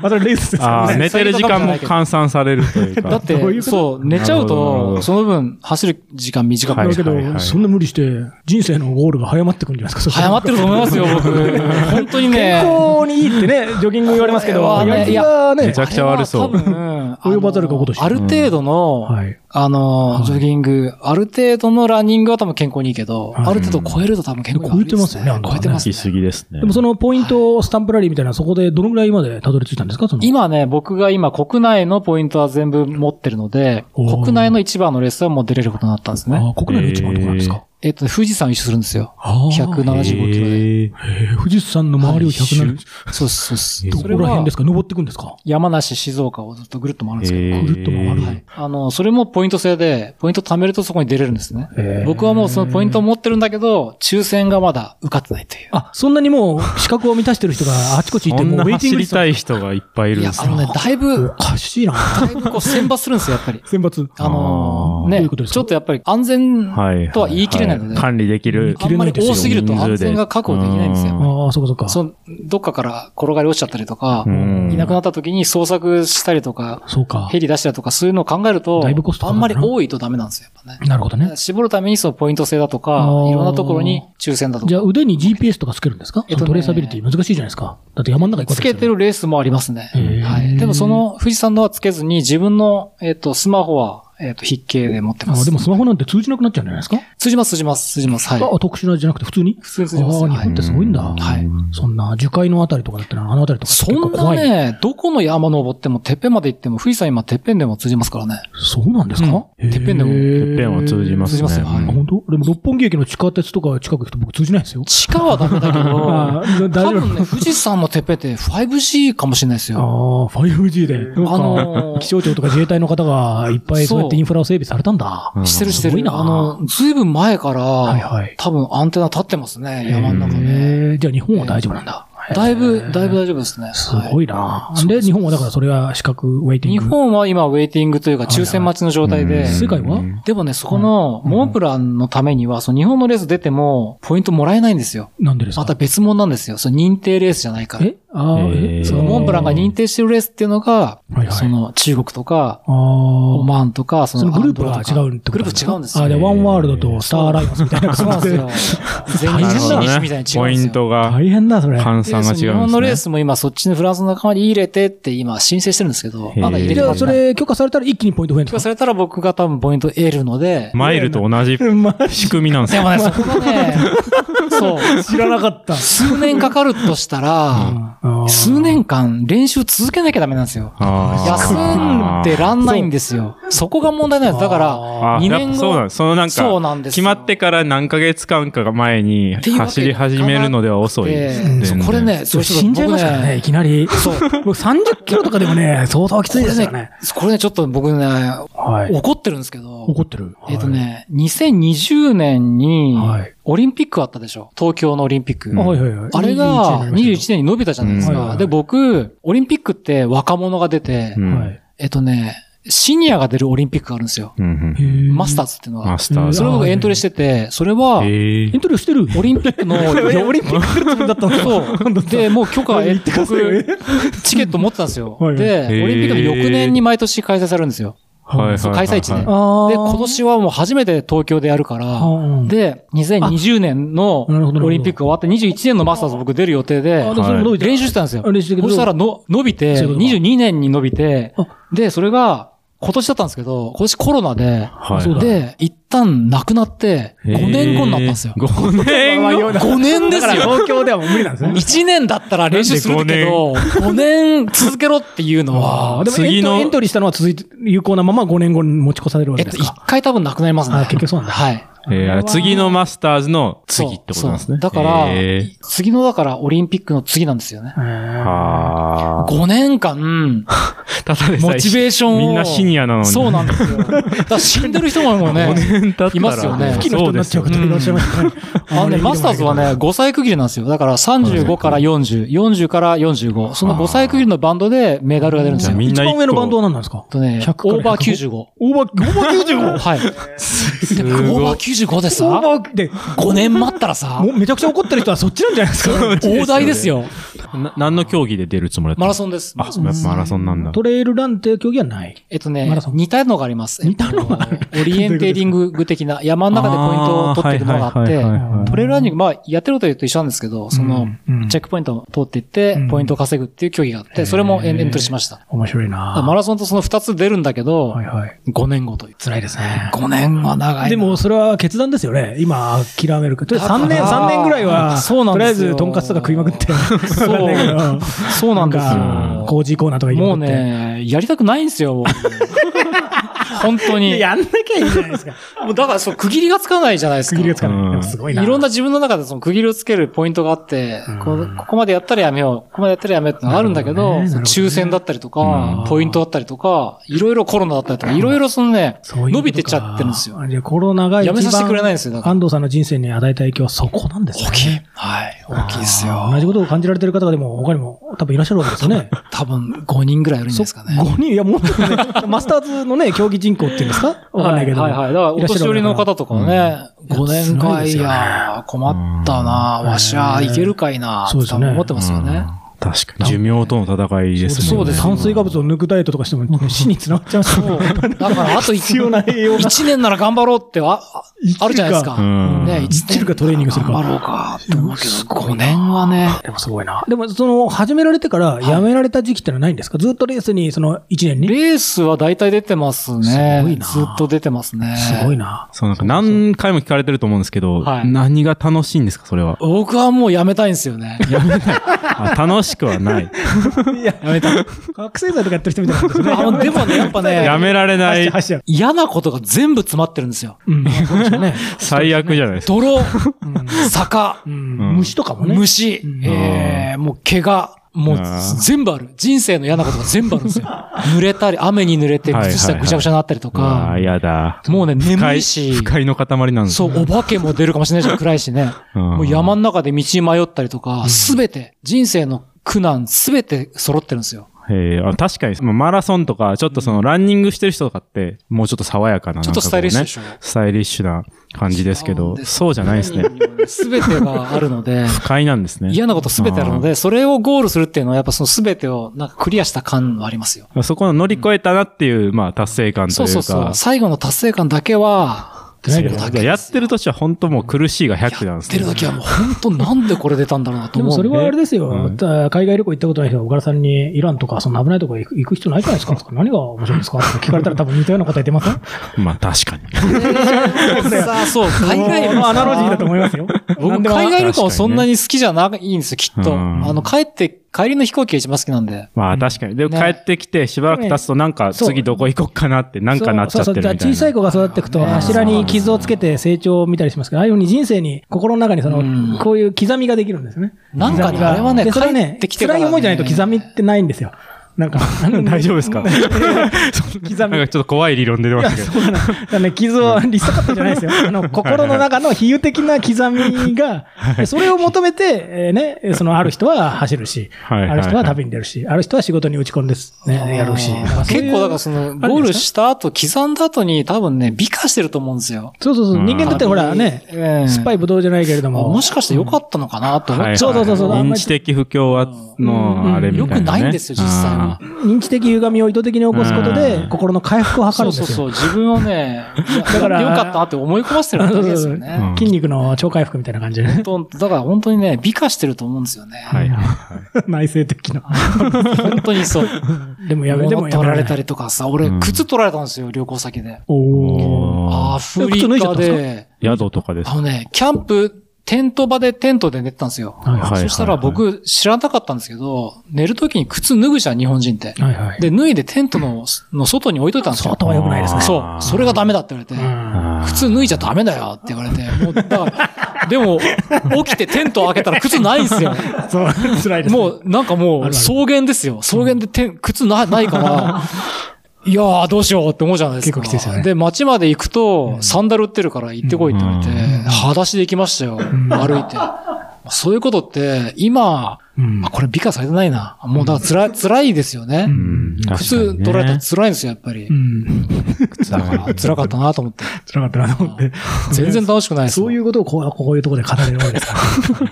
Speaker 1: またレースです
Speaker 2: あ
Speaker 1: から
Speaker 2: あ、
Speaker 1: ね。
Speaker 2: 寝てる時間も換算されるというか。
Speaker 3: だって
Speaker 1: どういう、こと
Speaker 3: そう、寝ちゃ
Speaker 2: な
Speaker 3: う
Speaker 2: るほどなるほ
Speaker 3: と、
Speaker 2: ど
Speaker 3: その分走る時間短くな
Speaker 2: は
Speaker 3: る
Speaker 2: い
Speaker 1: だけど、そんな無理して、人生のゴールが早まってくんじゃないですか。
Speaker 3: 早まってると思いますよ、僕。本当にね。
Speaker 1: 健康にいいって ね、ジョギング言われますけど、
Speaker 3: これはね
Speaker 1: やりがね
Speaker 2: めちゃくちゃ悪そう
Speaker 3: あれは多分
Speaker 1: 及ばざるが如し
Speaker 3: あのある程度の
Speaker 1: はい。
Speaker 3: あの、
Speaker 1: はい
Speaker 3: ジョギング、ある程度のランニングは多分健康にいいけど、
Speaker 1: はい
Speaker 3: ある程度超えると多分健康に悪
Speaker 1: 超
Speaker 3: い
Speaker 1: えてますよねあんたね
Speaker 3: 超えてます
Speaker 4: 行
Speaker 3: ね
Speaker 4: き。過ぎですね。
Speaker 1: でもそのポイント、スタンプラリーみたいな、そこでどのぐらいまでたどり着いたんですかその
Speaker 3: 今ね、僕が今国内のポイントは全部持ってるので、
Speaker 1: おー
Speaker 3: 国内の一番のレースはもう出れることになったんですね。
Speaker 1: あー国内の一番とかなんですか、
Speaker 3: えっと、富士山を一周するんですよ。
Speaker 1: あー
Speaker 3: 175キロで。
Speaker 2: えー
Speaker 1: えー富士山の周りを170、
Speaker 2: はい
Speaker 3: そうです、そうです。
Speaker 1: ど
Speaker 3: そ
Speaker 1: こ
Speaker 3: れ
Speaker 1: ら
Speaker 3: は
Speaker 1: 辺ですか登っていくんですか
Speaker 3: 山梨、静岡をずっとぐるっと回るんですけど、
Speaker 2: えー
Speaker 1: ぐるっと回る
Speaker 3: はい。あの、それもポイント制で、ポイント貯めるとそこに出れるんですね。
Speaker 1: へー
Speaker 3: 僕はもうそのポイントを持ってるんだけど、抽選がまだ受かってないという。
Speaker 1: あ、そんなにもう資格を満たしてる人があちこち行っ
Speaker 2: こ
Speaker 1: て
Speaker 2: ん
Speaker 1: もう
Speaker 2: な
Speaker 1: ウェイテ
Speaker 2: 走
Speaker 1: ィングリ
Speaker 2: り
Speaker 1: ストに
Speaker 2: たい人がいっぱいいるん
Speaker 3: い
Speaker 2: で
Speaker 3: や、
Speaker 2: す
Speaker 3: あのね、だいぶ
Speaker 1: お、かしいな。
Speaker 3: だいぶこう選抜するんですよ、やっ ぱり。
Speaker 1: 選抜。
Speaker 3: あの
Speaker 2: あー
Speaker 1: どうい
Speaker 3: ね
Speaker 1: うこと、ですか
Speaker 3: ちょっとやっぱり安全
Speaker 2: はい。
Speaker 3: とは言い切れないので、
Speaker 2: 管理できる。
Speaker 1: 切れないですよ
Speaker 3: あんまり多すぎると安全が確保できないんです
Speaker 2: うん
Speaker 3: よ。
Speaker 1: ああ、そうかそうか。
Speaker 3: そのどっかから転がり落ちちゃったりとか、
Speaker 2: うん
Speaker 3: いなくなった時に捜索したりとか、
Speaker 1: そうか。
Speaker 3: ヘリ出したりとか、そういうのを考えると
Speaker 1: だいぶコス、ト
Speaker 3: あ
Speaker 1: かか
Speaker 3: ん
Speaker 1: るな
Speaker 3: まり多いとダメなんですよ、やっぱね。
Speaker 1: なるほどね。
Speaker 3: 絞るためにそのポイント制だとか
Speaker 1: あ、ー
Speaker 3: いろんなところに抽選だと
Speaker 1: じゃあ
Speaker 3: か。
Speaker 1: 腕に GPS とかつけるんですか、
Speaker 3: えっとね
Speaker 1: トレーサビリティ難しいじゃないですか。だって山の中行くわ
Speaker 3: つ
Speaker 1: けです
Speaker 3: け
Speaker 1: よ
Speaker 3: てるレースもありますね
Speaker 1: へー。
Speaker 3: はい。でもその富士山のはつけずに自分の、えっ、と、スマホは、えっ、と、筆形で持ってま
Speaker 1: あ
Speaker 3: す。
Speaker 1: でもスマホなんて通じなくなっちゃうんじゃないですか、
Speaker 3: 通じます、通じます、通じます。はい。
Speaker 1: あ特殊なじゃなくて普通に
Speaker 3: 普通に通じます
Speaker 1: ああ、
Speaker 3: はい
Speaker 1: 日本ってすごいんだ。
Speaker 3: はい
Speaker 1: そんな樹海のあたりとかだったら、あのあたりとか
Speaker 3: そ
Speaker 1: 結構
Speaker 3: んな
Speaker 1: 怖い。
Speaker 3: ね、どこの山登っても、てっぺんまで行っても、富士山今、てっぺんでも通じます からね。
Speaker 1: そうなんですか、
Speaker 3: うんてっぺんでも
Speaker 2: てっぺんは通じますね。
Speaker 3: 通じますよはい
Speaker 1: あ本当でも六本木駅の地下鉄とか近く行くと僕通じないですよ。
Speaker 3: 地下はダメだけ
Speaker 1: あ
Speaker 3: ど、
Speaker 1: ー大
Speaker 3: 多
Speaker 1: 丈夫
Speaker 3: 分ね、富士山のてっぺんって 5G かもしれないですよ。
Speaker 1: ああ、5G で。そうか
Speaker 3: あのー
Speaker 1: 気象庁とか自衛隊の方がいっぱいそうやってインフラを整備されたんだ。
Speaker 2: うん
Speaker 3: してるして
Speaker 1: すご
Speaker 3: る
Speaker 1: い。な
Speaker 3: あの、ずいぶん前から、
Speaker 1: いはい
Speaker 3: 多分アンテナ立ってますね、山の中ね。
Speaker 1: へーじゃあ日本は大丈夫なんだ。
Speaker 3: だいぶ、だいぶ大丈夫ですね。
Speaker 1: す
Speaker 3: は
Speaker 1: ごいな。
Speaker 3: そう
Speaker 1: で、日本はだからそれは資格、ウェイテ
Speaker 3: い
Speaker 1: ィン
Speaker 3: 日
Speaker 1: グ。
Speaker 3: 本は今、ウェイティングというか、抽選待ちの状態で、
Speaker 1: 世界は
Speaker 3: でもね、そこの、モンプランのためには、その日本のレース出ても、ポイントもらえないんですよ。
Speaker 1: なんでですか
Speaker 3: また別物なんですよ。その認定レースじゃないから。
Speaker 1: えああ、
Speaker 2: え
Speaker 1: え
Speaker 2: ー
Speaker 1: そ
Speaker 3: その
Speaker 1: の
Speaker 3: モンプランが
Speaker 1: 定。
Speaker 3: 認定してるレースっていうのが、
Speaker 1: はいはい
Speaker 3: その中国とか、
Speaker 1: あ
Speaker 3: オ
Speaker 1: あ。
Speaker 3: マーンとか、そ
Speaker 1: その
Speaker 3: の
Speaker 1: グループが
Speaker 3: アンドラと
Speaker 1: 違
Speaker 3: か
Speaker 1: うってこと
Speaker 3: グループ違うんですよ。
Speaker 1: あ、で、ワンワールドとスターアライアンスみたいな
Speaker 3: そうな
Speaker 1: 感
Speaker 3: ん
Speaker 1: じ
Speaker 3: です
Speaker 1: で
Speaker 3: よ。。 全
Speaker 1: 大
Speaker 3: 日
Speaker 1: 変だ
Speaker 3: 制
Speaker 1: な
Speaker 3: みたいに違
Speaker 2: ポ
Speaker 3: う
Speaker 2: イン
Speaker 3: んですよ。
Speaker 2: トが、
Speaker 1: 大変だ、それ。
Speaker 2: 換算が違うんです
Speaker 3: で
Speaker 2: ね。
Speaker 3: 日本のレースも今そっちのフランスの仲間に入れてって今申請してるんですけど、まだ入れ
Speaker 1: じ
Speaker 3: て
Speaker 1: ゃ
Speaker 3: ま
Speaker 1: あ、
Speaker 3: せ
Speaker 1: そ
Speaker 3: ん。
Speaker 1: れ許可されたら一気にポイント増えるん
Speaker 3: 許可
Speaker 1: です
Speaker 3: されたら僕が多分ポイント得るので、
Speaker 2: マイルと同じ
Speaker 1: かまあ、
Speaker 2: 仕組みなんです
Speaker 3: で
Speaker 2: よ。
Speaker 3: もね、そこがね、そう、
Speaker 1: 知らなかった。
Speaker 3: 数年かかるとしたら、
Speaker 1: あー
Speaker 3: 数年間練習続けなきゃダメなんですよ。休んでらんないんですよ。そこが問題なんです。だから、
Speaker 1: あー
Speaker 2: あ
Speaker 3: 二
Speaker 2: や
Speaker 3: 年
Speaker 2: っぱ
Speaker 3: 後
Speaker 2: そうなんです。そのなん
Speaker 3: そう
Speaker 2: か、
Speaker 3: なんです
Speaker 2: 決
Speaker 3: よ
Speaker 2: まってから何ヶ月間かが前に
Speaker 3: っていうわけ
Speaker 2: 走り始めるのでは遅いです
Speaker 1: うん
Speaker 2: 全然。
Speaker 3: これね、
Speaker 1: そう死んじゃいますからね、いきなり。
Speaker 3: そう。
Speaker 1: 僕30キロとかでもね、相当きついですよね。
Speaker 3: これね、ちょっと僕ね、
Speaker 1: は。
Speaker 3: 怒ってるんですけど、
Speaker 1: 怒ってる。
Speaker 3: えっとね、2020年に
Speaker 1: はい、
Speaker 3: オリンピックあったでしょ東京のオリンピック。
Speaker 1: はい。はいはいはい。
Speaker 3: あれが
Speaker 1: いい一
Speaker 3: 21年に伸びたじゃ
Speaker 1: うんは
Speaker 3: ないです
Speaker 1: いは
Speaker 3: か。
Speaker 1: い
Speaker 3: で、僕、オリンピックって若者が出て
Speaker 2: う、
Speaker 1: 年
Speaker 2: ん
Speaker 1: になりました
Speaker 3: えっとね、シニアが出るオリンピックがあるんですよ。
Speaker 2: うんうん
Speaker 1: はい。へー
Speaker 3: マスターズっていうの
Speaker 2: マ
Speaker 3: が。
Speaker 2: スター
Speaker 3: そ
Speaker 2: ズ
Speaker 3: れ。を僕エントリーしてて、それは、
Speaker 2: へ
Speaker 1: エントリーしてる。
Speaker 3: オリンピック の、
Speaker 1: オリンピック来るつもりだったんだ。
Speaker 3: そう。で、もう 許可、え、僕、チケット持ってたんですよ。
Speaker 1: はいはい
Speaker 3: で、オリンピックの翌年に毎年開催されるんですよ。
Speaker 2: はい
Speaker 3: そう開催地
Speaker 2: はいはい
Speaker 3: ね
Speaker 2: はい
Speaker 1: あ
Speaker 3: で、今年はもう初めて東京でやるから、
Speaker 1: はで、
Speaker 3: で、2020年の
Speaker 1: あなるほどなるほど
Speaker 3: オリンピックが終わって21年のマスターズ僕出る予定で
Speaker 1: あ、、でもそれもどういった
Speaker 3: 練習してたんですよ。
Speaker 1: 練習して
Speaker 3: そしたらの伸びて、
Speaker 1: そういうことか
Speaker 3: 22年に伸びて、で、それが今年だったんですけど、今年コロナで、
Speaker 2: はい
Speaker 1: そうだ
Speaker 3: で、一旦なくなって、
Speaker 2: へ
Speaker 3: 5
Speaker 2: ー
Speaker 3: 年後になったんですよ。
Speaker 2: 5年 後
Speaker 3: 5年です
Speaker 1: だから
Speaker 3: よ
Speaker 1: 東京ではもう無理なんですね。
Speaker 3: !1 年だったら練習するけど、5年続けろっていうの
Speaker 1: あ
Speaker 3: は
Speaker 1: ー、でもエン
Speaker 2: 次
Speaker 1: ト
Speaker 2: の
Speaker 1: エントリーしたのは続いて、有効なまま5年後に持ち越されるわ
Speaker 3: え
Speaker 1: け
Speaker 3: っ
Speaker 1: で
Speaker 3: と、
Speaker 1: す
Speaker 3: 一
Speaker 1: か。
Speaker 3: 回多分なくなりますね。
Speaker 1: あ結局そうなんだ
Speaker 3: はい。
Speaker 2: えー次のマスターズの
Speaker 3: そう
Speaker 2: 次ってことなんですね
Speaker 3: そう。だから
Speaker 2: へー、
Speaker 3: 次のだからオリンピックの次なんですよね。
Speaker 1: あ
Speaker 2: あ
Speaker 3: 5年間、
Speaker 2: ーただでさえ
Speaker 3: モチベーションを。
Speaker 2: みんなシニアなのに。
Speaker 3: そうなんですよ。だから死んでる人もね
Speaker 2: 5 、年経ったら。
Speaker 3: いますよね
Speaker 1: 好きな人になっちゃう方いらっしゃいますね。
Speaker 3: あのね、マスターズはね、5歳区切りなんですよ。だから35から40、40から45。その5歳区切りのバンドでメダルが出るんで
Speaker 2: じ
Speaker 3: す
Speaker 2: ゃ
Speaker 3: よ。
Speaker 2: あ
Speaker 3: え
Speaker 2: みんな
Speaker 1: 一
Speaker 2: 一個
Speaker 1: 番上のバンドは何なんですか
Speaker 3: っとね、
Speaker 1: 100から
Speaker 3: オーバー
Speaker 1: 105
Speaker 3: 95。
Speaker 1: オーバー、オーバー 95?
Speaker 3: はい。
Speaker 2: すごい
Speaker 3: オーバー95で
Speaker 1: オー
Speaker 3: さ、
Speaker 1: バーで、
Speaker 3: 5年待ったらさ
Speaker 1: も、うめちゃくちゃ怒ってる人はそっちなんじゃないですか
Speaker 3: 大台ですよ。
Speaker 2: な何の競技で出るつもりだった
Speaker 3: マラ
Speaker 2: ン。
Speaker 3: ソンです。
Speaker 2: あ、やっぱマラソンなんだ。
Speaker 1: トレイルランっていう競技はない。
Speaker 3: えっとね
Speaker 1: マラソン、
Speaker 3: 似たのがあります。
Speaker 1: 似たのがある
Speaker 3: えっとオリエンテーリング具的な山の中でポイントを取っていくものがあっ
Speaker 2: はいはい
Speaker 3: て、
Speaker 2: はいはい
Speaker 3: トレイルランニング、まあ、やってることは一緒なんですけど、その、
Speaker 1: うん
Speaker 3: チェックポイントを通っていって
Speaker 1: うん、
Speaker 3: ポイントを稼ぐっていう競技があって、それもエンエントリーしました。
Speaker 1: 面白いな
Speaker 3: マラソンとその2つ出るんだけど
Speaker 1: は、いはい。
Speaker 3: 5年後という。
Speaker 1: 辛いですね。
Speaker 3: 5年は長いな。
Speaker 1: でも、それは決断ですよね。今、諦めるか。とりあえず
Speaker 3: だ
Speaker 1: 3
Speaker 3: から
Speaker 1: 年、三年ぐらいは、
Speaker 3: そうなん
Speaker 1: とりあ
Speaker 3: で
Speaker 1: え
Speaker 3: すよ
Speaker 1: ず、とんかつとか食いまくって、
Speaker 3: そう
Speaker 1: わかん ないけど
Speaker 3: そうなんです
Speaker 1: か
Speaker 3: よ。
Speaker 1: 工事コーナーとか入れ
Speaker 3: も
Speaker 1: ま
Speaker 3: う
Speaker 1: くって。
Speaker 3: ね、やりたくないんで すよ、もう本当
Speaker 1: い
Speaker 3: に。
Speaker 1: や、やんなきゃいいじゃないですか。
Speaker 3: もうだからそう、区切りがつかないじゃないです
Speaker 1: 区切
Speaker 3: か。
Speaker 1: りがつかない。
Speaker 2: うん
Speaker 1: でもすごい
Speaker 3: い
Speaker 1: な。
Speaker 3: ろん
Speaker 1: な、
Speaker 3: な自分の中でその区切りをつけるポイントがあって
Speaker 1: うん、
Speaker 3: こうここまでやったらやめよう、ここまでやったらやめようってのがあるんだけ
Speaker 1: なるほど
Speaker 3: ど、
Speaker 1: ね
Speaker 3: その抽選だったりと
Speaker 1: うん
Speaker 3: か、ポイントだったりとか、いろいろコロナだったりとか、いろいろそのね、伸びてっちゃってるんですよ。
Speaker 1: あ。じゃあコロナが一
Speaker 3: や
Speaker 1: 番
Speaker 3: めさせてくれないんですよ、だから。
Speaker 1: 安藤さんの人生に与えた影響はそこなんですね。
Speaker 3: 大きい。はい。大きいです
Speaker 1: あ
Speaker 3: よ
Speaker 1: ー。同じことを感じられてる方がでも、他にも多分いらっしゃるわけですよね。
Speaker 3: 多分5人ぐらいいるんじゃないですかね。
Speaker 1: 5人、いや、もっとね、マスターズのね、競技人口っていうんですかわかんないけど。
Speaker 3: はいはいはい。だから、お年寄りの方とかはね、
Speaker 1: うん
Speaker 3: 5年かい
Speaker 1: いや辛いですよね
Speaker 3: や、困ったな、
Speaker 1: うん
Speaker 3: わしゃ、いけるかいな、
Speaker 1: そうですよね
Speaker 3: 多分思ってますよね。
Speaker 2: 確かに。寿命との戦いですもんね。
Speaker 3: そうです
Speaker 1: 炭水化物を抜くダイエットとかしても、死につながっちゃいます
Speaker 3: そう。だから、あと
Speaker 1: 必要な栄養が
Speaker 3: 1年なら頑張ろうってあ、ああるじゃないですか。
Speaker 2: うん
Speaker 3: ね、
Speaker 1: 生きるかトレーニングするか
Speaker 3: 頑張ろうかって思うけど、5年はね、
Speaker 1: でもすごいな。でも、その、始められてから、やめられた時期ってのはないんですか、ずっとレースに、その、1年に
Speaker 3: レースは大体出てますね。
Speaker 1: すごいな
Speaker 3: ずっと出てますね。
Speaker 1: すごいな。
Speaker 2: そう、なんか何回も聞かれてると思うんですけど、
Speaker 3: はい。
Speaker 2: 何が楽しいんですか、それは
Speaker 3: 僕はもう やめたいんですよね。
Speaker 2: あ楽しくはない。
Speaker 1: いや、
Speaker 2: やめた。
Speaker 1: 覚醒剤とかやってる人みたいなんです よね。
Speaker 3: あでもね、やっぱ
Speaker 2: や
Speaker 3: ね、
Speaker 2: められない。
Speaker 1: 走っちゃう。
Speaker 3: 嫌なことが全部詰まってるんですよ。
Speaker 1: うん。そうですよね。
Speaker 2: 最悪じゃないですか。
Speaker 3: 泥、坂、
Speaker 1: うん虫とかもね。
Speaker 3: 虫、えーもう怪我、もう
Speaker 2: あー
Speaker 3: 全部ある。人生の嫌なことが全部あるん ですよ。濡れたり、雨に濡れて、
Speaker 2: はいはいはい
Speaker 3: 靴下ぐちゃぐちゃになったりと
Speaker 2: あ
Speaker 3: か
Speaker 2: あ、、やだ。
Speaker 3: もうね、
Speaker 2: 不
Speaker 3: 眠
Speaker 2: 快
Speaker 3: いし、
Speaker 2: 不快の塊なんです
Speaker 3: そう、お化けも出るかもしれないし、暗いしね。
Speaker 2: うん
Speaker 3: もう山の中で道に迷ったりとか、すべて、人生の苦難すべて揃ってるんですよ。
Speaker 2: ええあ確かに、まあマラソンとか、ちょっとその、ランニングしてる人とかって、もうちょっと爽やかな
Speaker 3: ちょっとスタイリッシュでしょ
Speaker 2: なんかこうねスタイリッシュな感じですけど、そうじゃないですね。。
Speaker 3: すべてがあるので、
Speaker 2: 不快なん ですね。
Speaker 3: 嫌なことすべてあるの
Speaker 2: あ
Speaker 3: で、それをゴールするっていうのは、やっぱそのすべてをなんかクリアした感はありますよ。
Speaker 2: ー。そこの乗り越えたなっていう、まあ、達成感と
Speaker 3: そ
Speaker 2: いううか。
Speaker 3: そうそう。最後の達成感だけは、
Speaker 1: ないけど
Speaker 3: そ
Speaker 2: だ
Speaker 3: う
Speaker 2: からやってるとは本当もう苦しいが100なんです
Speaker 3: 出る時はもう本当なんでこれ出たんだろうなと
Speaker 1: で
Speaker 3: 思
Speaker 1: も
Speaker 3: う。
Speaker 1: それはあれですよ、
Speaker 2: うん
Speaker 1: た海外旅行行ったことない人は、岡田さんにイランとか、その危ないとこ行く行く必要ないじゃないですか、何が面白いんですかって聞かれたら、多分似たような答え出ません
Speaker 2: まあ確かに。
Speaker 3: さあ、そう、海外
Speaker 1: もうアナロジーだと思いますよ。
Speaker 3: 僕、
Speaker 1: 何でも
Speaker 3: 海外旅行もそんなに好きじゃないんですよ、きっと。
Speaker 2: うん
Speaker 3: あの、帰って、帰りの飛行機が一番好きなんで。
Speaker 2: まあ確かに。で、
Speaker 3: ね
Speaker 2: 帰ってきてしばらく経つとなんか
Speaker 1: そう
Speaker 2: 次どこ行こっかなってなんかなっちゃってるみたいな。
Speaker 1: そうそうそうだから小さい子が育っていくと、
Speaker 3: ね
Speaker 1: 柱に傷をつけて成長を見たりしますけど、ああいうふうに人生に、心の中にその、
Speaker 3: うん
Speaker 1: こういう刻みができるんですよね。
Speaker 3: なんか
Speaker 1: 刻
Speaker 3: ね
Speaker 1: みが
Speaker 3: あれはね
Speaker 1: でそれは
Speaker 3: 帰ってきてから
Speaker 1: 辛い
Speaker 3: ね
Speaker 1: 思いじゃないと刻みってないんですよ。なんか、
Speaker 2: 大丈夫ですか なんか。ち
Speaker 1: 刻み
Speaker 2: ょっと怖い理論で出ましたけど。
Speaker 1: だからね、傷をリストカットじゃないですよ。あの、心の中の比喩的な刻みが、でそれを求めて、えーね、その、ある人は走るし、
Speaker 2: はいはいはい
Speaker 1: ある人は旅に出るし、ある人は仕事に打ち込んです、ね、やるし。
Speaker 3: 結構、だからその、ゴールした後、刻んだ後に多分ね、美化してると思うんですよ。
Speaker 1: そうそうそう、
Speaker 2: うん
Speaker 1: 人間だってほらね、
Speaker 3: ええ
Speaker 1: 酸っぱいぶどうじゃないけれど
Speaker 3: あ
Speaker 1: も。
Speaker 3: もしかして良かったのかなと思っちゃう。
Speaker 1: そうそうそうそうあんま
Speaker 2: 認
Speaker 1: り
Speaker 2: 知的不協和のあれみたいな、ね。
Speaker 3: うん良くないんですよ実際
Speaker 2: あ
Speaker 3: は
Speaker 2: ー。
Speaker 1: 認知的歪みを意図的に起こすことで
Speaker 2: う、ん
Speaker 1: 心の回復を図
Speaker 3: そ
Speaker 1: る
Speaker 3: うん
Speaker 1: です
Speaker 3: そ
Speaker 1: よ。
Speaker 3: うそう。自分 をね、
Speaker 1: だ
Speaker 3: だ
Speaker 1: か
Speaker 3: からら良かったなって思い込ませてるだけですよ
Speaker 1: そうそう
Speaker 2: う
Speaker 3: ね
Speaker 2: ん。
Speaker 1: 筋肉の超回復みたいな感じでね。
Speaker 3: 本当だから本当にね、美化してると思うんですよね。
Speaker 2: はいはいはい。
Speaker 1: 内省的な。
Speaker 3: 本当にそう。
Speaker 1: でもやめ、でも
Speaker 3: 物
Speaker 1: やめ
Speaker 3: 取られ
Speaker 1: ない
Speaker 3: たりとかさ、俺
Speaker 2: うん、
Speaker 3: 靴取られたんですよ、旅行先で。
Speaker 1: おー。
Speaker 2: お
Speaker 3: ア
Speaker 2: ー
Speaker 3: フリカで、
Speaker 2: 宿とかです
Speaker 3: あ。のね、キャンプ、テント場でテントで寝てたんですよ。
Speaker 1: はいはい
Speaker 2: はい
Speaker 3: そしたら僕知らなかったんですけど、寝るときに靴脱ぐじゃん、日本人って。
Speaker 1: はいはい。
Speaker 3: で、脱いでテントのの外に置いといたんですよ。
Speaker 1: 外は良くないですね。
Speaker 3: そ
Speaker 2: あー
Speaker 3: う。それがダメだって言われて。
Speaker 1: うん
Speaker 2: あー
Speaker 3: 靴脱いじゃダメだよって言われて。もうだからでも、起きてテント開けたら靴ないんですよ。
Speaker 1: そう、辛いですね。
Speaker 3: もう、なんかもう、草原ですよ。草原でてん靴なないから、いやー、どうしようって思うじゃないですか。
Speaker 1: 結構きついですよね
Speaker 3: で、街まで行くと、サンダル売ってるから行ってこいって言われて、
Speaker 2: うん
Speaker 3: 裸足で行きましたよ。歩いて。そういうことって、今、
Speaker 1: うん
Speaker 3: まあ、これ美化されてないな。もうだから辛い、辛いですよね。
Speaker 2: うん。
Speaker 3: 普通取られたら辛いんですよ、やっぱり
Speaker 1: う。ん。
Speaker 3: だから辛かったなと思って。
Speaker 1: 辛かったなと思って。
Speaker 3: 全然楽しくないです。。
Speaker 1: そういううことをこうこういうところで語れるわけですか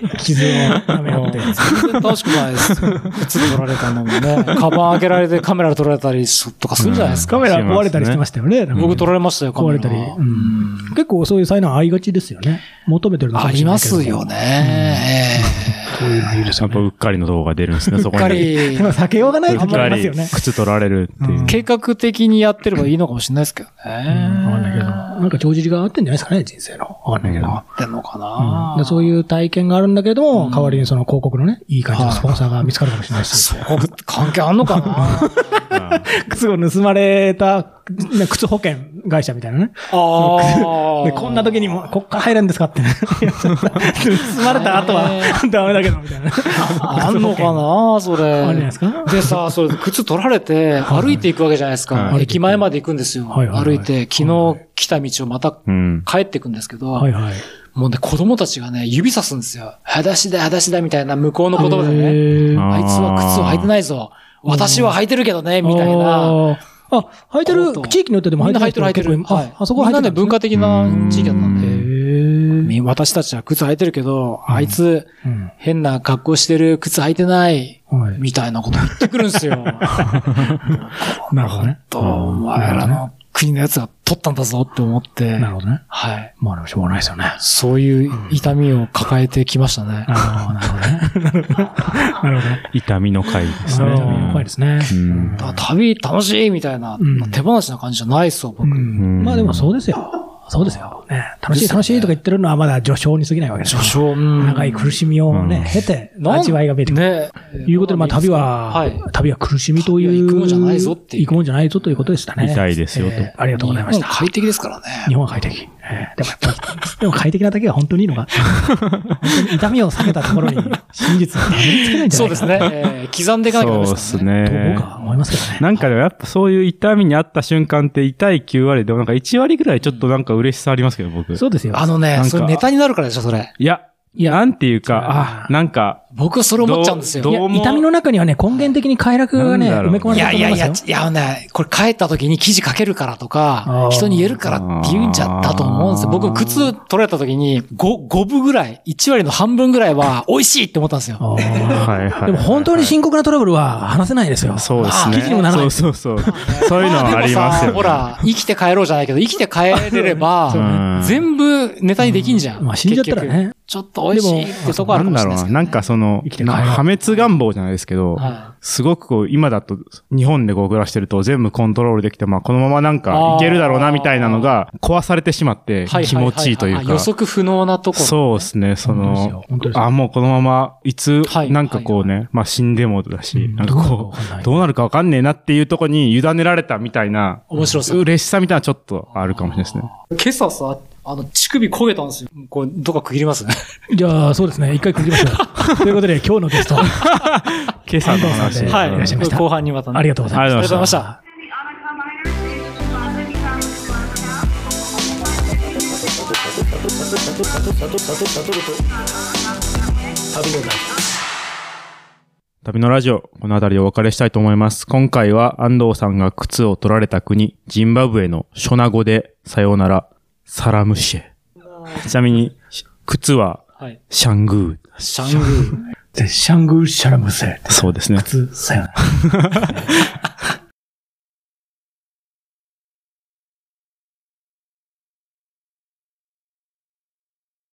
Speaker 1: ら。傷をため合って。
Speaker 3: 全然楽しくないです。靴取られたのもね。 カバン開けられてカメラ取られたりすとかするじゃないですか。
Speaker 1: カメラ壊れたりしてましたよね。なんか
Speaker 3: 僕取られましたよ、カメ
Speaker 1: 壊
Speaker 3: ラ。
Speaker 1: れたり。う
Speaker 3: うん
Speaker 1: ん結構そういう才能ありがちですよね。求めてるのか
Speaker 3: あ
Speaker 1: もし
Speaker 3: り
Speaker 1: れな
Speaker 3: ま
Speaker 1: いけど
Speaker 3: すよ。ね。
Speaker 1: こういうのいいです
Speaker 2: や
Speaker 1: よ
Speaker 2: っぱ
Speaker 1: ね。
Speaker 2: うっかりの動画出るんですね、そ
Speaker 3: ええう
Speaker 2: こに。
Speaker 3: っかり
Speaker 1: で。も避けようがな
Speaker 2: う
Speaker 1: い
Speaker 2: っ
Speaker 1: 時もあ
Speaker 2: か
Speaker 1: ります
Speaker 2: り
Speaker 1: よね。
Speaker 2: 靴取られるっていう
Speaker 1: うん。
Speaker 3: 計画的にやってればいいのかもしれないですけどね。
Speaker 1: わかんないけど。なんか帳尻が合ってんじゃないですかね、人生の。わかんないけど。
Speaker 3: 合ってんのか
Speaker 1: うん
Speaker 3: な、
Speaker 1: でそういう体験があるんだけども、代わりにその広告のね、いい感じのスポンサーが見つかるかもしれないし
Speaker 3: そ。こ関係あんのか な
Speaker 1: 靴を盗まれた、ね靴保険会社みたいなね。
Speaker 3: ああ。
Speaker 1: で、こんな時にも、こっから入るんですかってね。盗まれた後は
Speaker 3: ね、
Speaker 1: ダメだけど、みたいなね。
Speaker 3: あんのかなそれ。
Speaker 1: あるじゃないですか
Speaker 3: でさ、それ、靴取られて、歩いていくわけじゃないです
Speaker 2: はい
Speaker 3: か。
Speaker 1: はい
Speaker 3: 駅前まで行くんですよ。
Speaker 1: はいはいはい
Speaker 3: 歩いて、昨日来た道をまた
Speaker 2: うん。
Speaker 3: 帰っていくんですけど、
Speaker 1: はいはい。
Speaker 3: もうね、子供たちがね、指さすんですよ。裸足だ、裸足だ、みたいな向こうの
Speaker 1: へ
Speaker 3: 言葉でね。
Speaker 1: ー
Speaker 2: あー
Speaker 3: あいつは靴を履いてないぞ。私は履いてるけどね、みたいな。。
Speaker 1: あー、あ履いてる、地域によってでも
Speaker 3: みんな履
Speaker 1: 履
Speaker 3: い
Speaker 1: い
Speaker 3: て
Speaker 1: て
Speaker 3: る
Speaker 1: る
Speaker 3: 履いて
Speaker 1: 人
Speaker 3: る。
Speaker 1: 結構
Speaker 3: はい。
Speaker 1: あ、あそこ履い
Speaker 3: みん
Speaker 1: て
Speaker 3: な
Speaker 1: る
Speaker 3: ね、文化的な地域だったん
Speaker 1: へ
Speaker 3: で。
Speaker 1: ー
Speaker 3: み私たちは靴履いてるけど、あいつ、
Speaker 1: うん
Speaker 3: 変な格好してる靴履いてない、
Speaker 1: はい
Speaker 3: みたいなこと言ってくるんで すよ。
Speaker 1: なるほどね。
Speaker 3: と、お前らの国のやつが取ったんだぞって思って
Speaker 1: な、るほどね。
Speaker 3: はい。
Speaker 1: まあでもしょうがないですよね。
Speaker 3: そういう痛みを抱えてきましたね。
Speaker 1: ああ、なるほどね。なるほどね。
Speaker 2: 痛みの回ですね。
Speaker 1: ああ怖いですね。
Speaker 2: うん
Speaker 3: だから旅楽しいみたいな、
Speaker 1: うん
Speaker 3: 手放しな感じじゃないっすよ、僕。
Speaker 1: うんまあでもそうですよ。そうですよ。ね、楽しい楽しいとか言ってるのはまだ序章に過ぎないわけですよ
Speaker 3: 序。章、うん
Speaker 1: 長い苦しみを
Speaker 2: うん
Speaker 1: ね、経て、
Speaker 3: なん
Speaker 1: 味わいが見えてくる。
Speaker 3: ね。
Speaker 1: ということで、まあ旅は、
Speaker 3: はい。
Speaker 1: 旅は苦しみという。
Speaker 3: 旅は行くもんじゃないぞっていう
Speaker 1: 行くもんじゃないぞということでしたね。
Speaker 2: 痛いですよと
Speaker 1: えーありがとうございまし
Speaker 3: 日
Speaker 1: た。
Speaker 3: 本快適ですからね。
Speaker 1: 日本は快適。えーでもやっぱり、でも快適なだけが本当にいいの か。本当に痛みを避けたところに真実をたどり着けないんじゃ
Speaker 3: そ
Speaker 1: ない
Speaker 3: う
Speaker 1: か
Speaker 3: ですね。えー刻んでいかなきゃダ
Speaker 2: そう
Speaker 3: メ
Speaker 2: です
Speaker 1: な
Speaker 3: ですからね。
Speaker 1: と
Speaker 2: ね
Speaker 1: 僕。は思いますけどね。
Speaker 2: なんかでもやっぱそういう痛みにあった瞬間って痛い9割でもなんか1割ぐらいちょっとなんか嬉しさありますけど、僕。
Speaker 1: そうですよ。
Speaker 3: あの
Speaker 2: な
Speaker 3: ね
Speaker 2: ん、か
Speaker 3: それネタになるからでしょ、それ。
Speaker 2: いや、
Speaker 1: いや
Speaker 2: なんていう
Speaker 1: 違う
Speaker 2: か、あ、なんか、
Speaker 3: 僕はそれ思っちゃうんですよ。
Speaker 2: どう
Speaker 1: いや痛みの中にはね、根源的に快楽がね、
Speaker 2: なんだろ
Speaker 1: 埋
Speaker 2: う
Speaker 1: め込ま
Speaker 3: い
Speaker 1: れて
Speaker 3: や
Speaker 1: ると
Speaker 3: い
Speaker 1: 思
Speaker 3: や
Speaker 1: いま
Speaker 3: い
Speaker 1: す
Speaker 3: や
Speaker 1: よ。、
Speaker 3: いや、あのね、これ帰った時に記事書けるからとか
Speaker 1: あ、ー
Speaker 3: 人に言えるからって言うんじゃったと思うんですよ。
Speaker 2: あー
Speaker 3: 僕、靴取られた時に5、5分ぐらい、1割の半分ぐらいは美味しいって思ったんですよ。
Speaker 1: あ
Speaker 2: はい
Speaker 1: ー
Speaker 2: はい。
Speaker 1: でも本当に深刻なトラブルは話せないですよ。
Speaker 2: そうですね。
Speaker 1: 記事にもならない
Speaker 2: そうそうそう。そういうのはありますよ、ね。
Speaker 3: ほら、生きて帰ろうじゃないけど、生きて帰れれば
Speaker 2: う、ん
Speaker 3: 全部ネタにできんじゃん。
Speaker 1: まあ死んじゃったら
Speaker 3: 結局。
Speaker 1: ね。
Speaker 3: ちょっと美味しいってとこあ
Speaker 2: な
Speaker 3: るか
Speaker 2: んだろ
Speaker 3: もしれないうです
Speaker 2: な。
Speaker 3: けど
Speaker 2: なんかその
Speaker 1: 生きて、帰ろう
Speaker 2: な破滅願望じゃないですけど、
Speaker 3: は
Speaker 2: すごくこう、今だと、日本でこう暮らしてると全部コントロールできて、まあこのままなんか
Speaker 3: あー
Speaker 2: いけるだろうなみたいなのが壊されてしまって
Speaker 3: ははは
Speaker 2: 気持ちいいという
Speaker 3: あ予
Speaker 2: か。
Speaker 3: 測不能なところ。
Speaker 2: そうですね、そ
Speaker 1: 本当ですよ
Speaker 2: の
Speaker 1: 本当で、すよ
Speaker 2: あ、もうこのまま、いつ
Speaker 3: はい、
Speaker 2: なんかこうね、まあ死んでもだし、
Speaker 1: うん
Speaker 2: なんかこ、
Speaker 1: どうなるかわかんないう
Speaker 2: どうなるかわかんねえなっていうとこに委ねられたみたいな、
Speaker 3: 面白さ
Speaker 2: 嬉しさみたいなのちょっとあるかもしれないですね。
Speaker 3: 今朝さ、あの、乳首焦げたんですよ。これ、どっか区切りますね。
Speaker 1: じゃあ、そうですね。一回区切りましょ う。ということで、今日のゲスト、あ
Speaker 2: 今朝の話。
Speaker 1: は
Speaker 2: う
Speaker 1: い
Speaker 2: ん
Speaker 1: いらっしゃいました
Speaker 3: 後半にまたね
Speaker 1: りがとうございました。
Speaker 2: ありがとうございました。旅のラジオ、この辺りでお別れしたいと思います。今回は安藤さんが靴を取られた国、ジンバブエのショナ語で、さようなら、サラムシェ。ちなみに、し靴は、
Speaker 3: はい。
Speaker 2: シャング
Speaker 3: シャングー。
Speaker 1: シャングルシャラムセ。
Speaker 2: ー。そうですね。
Speaker 1: つ、さよなら。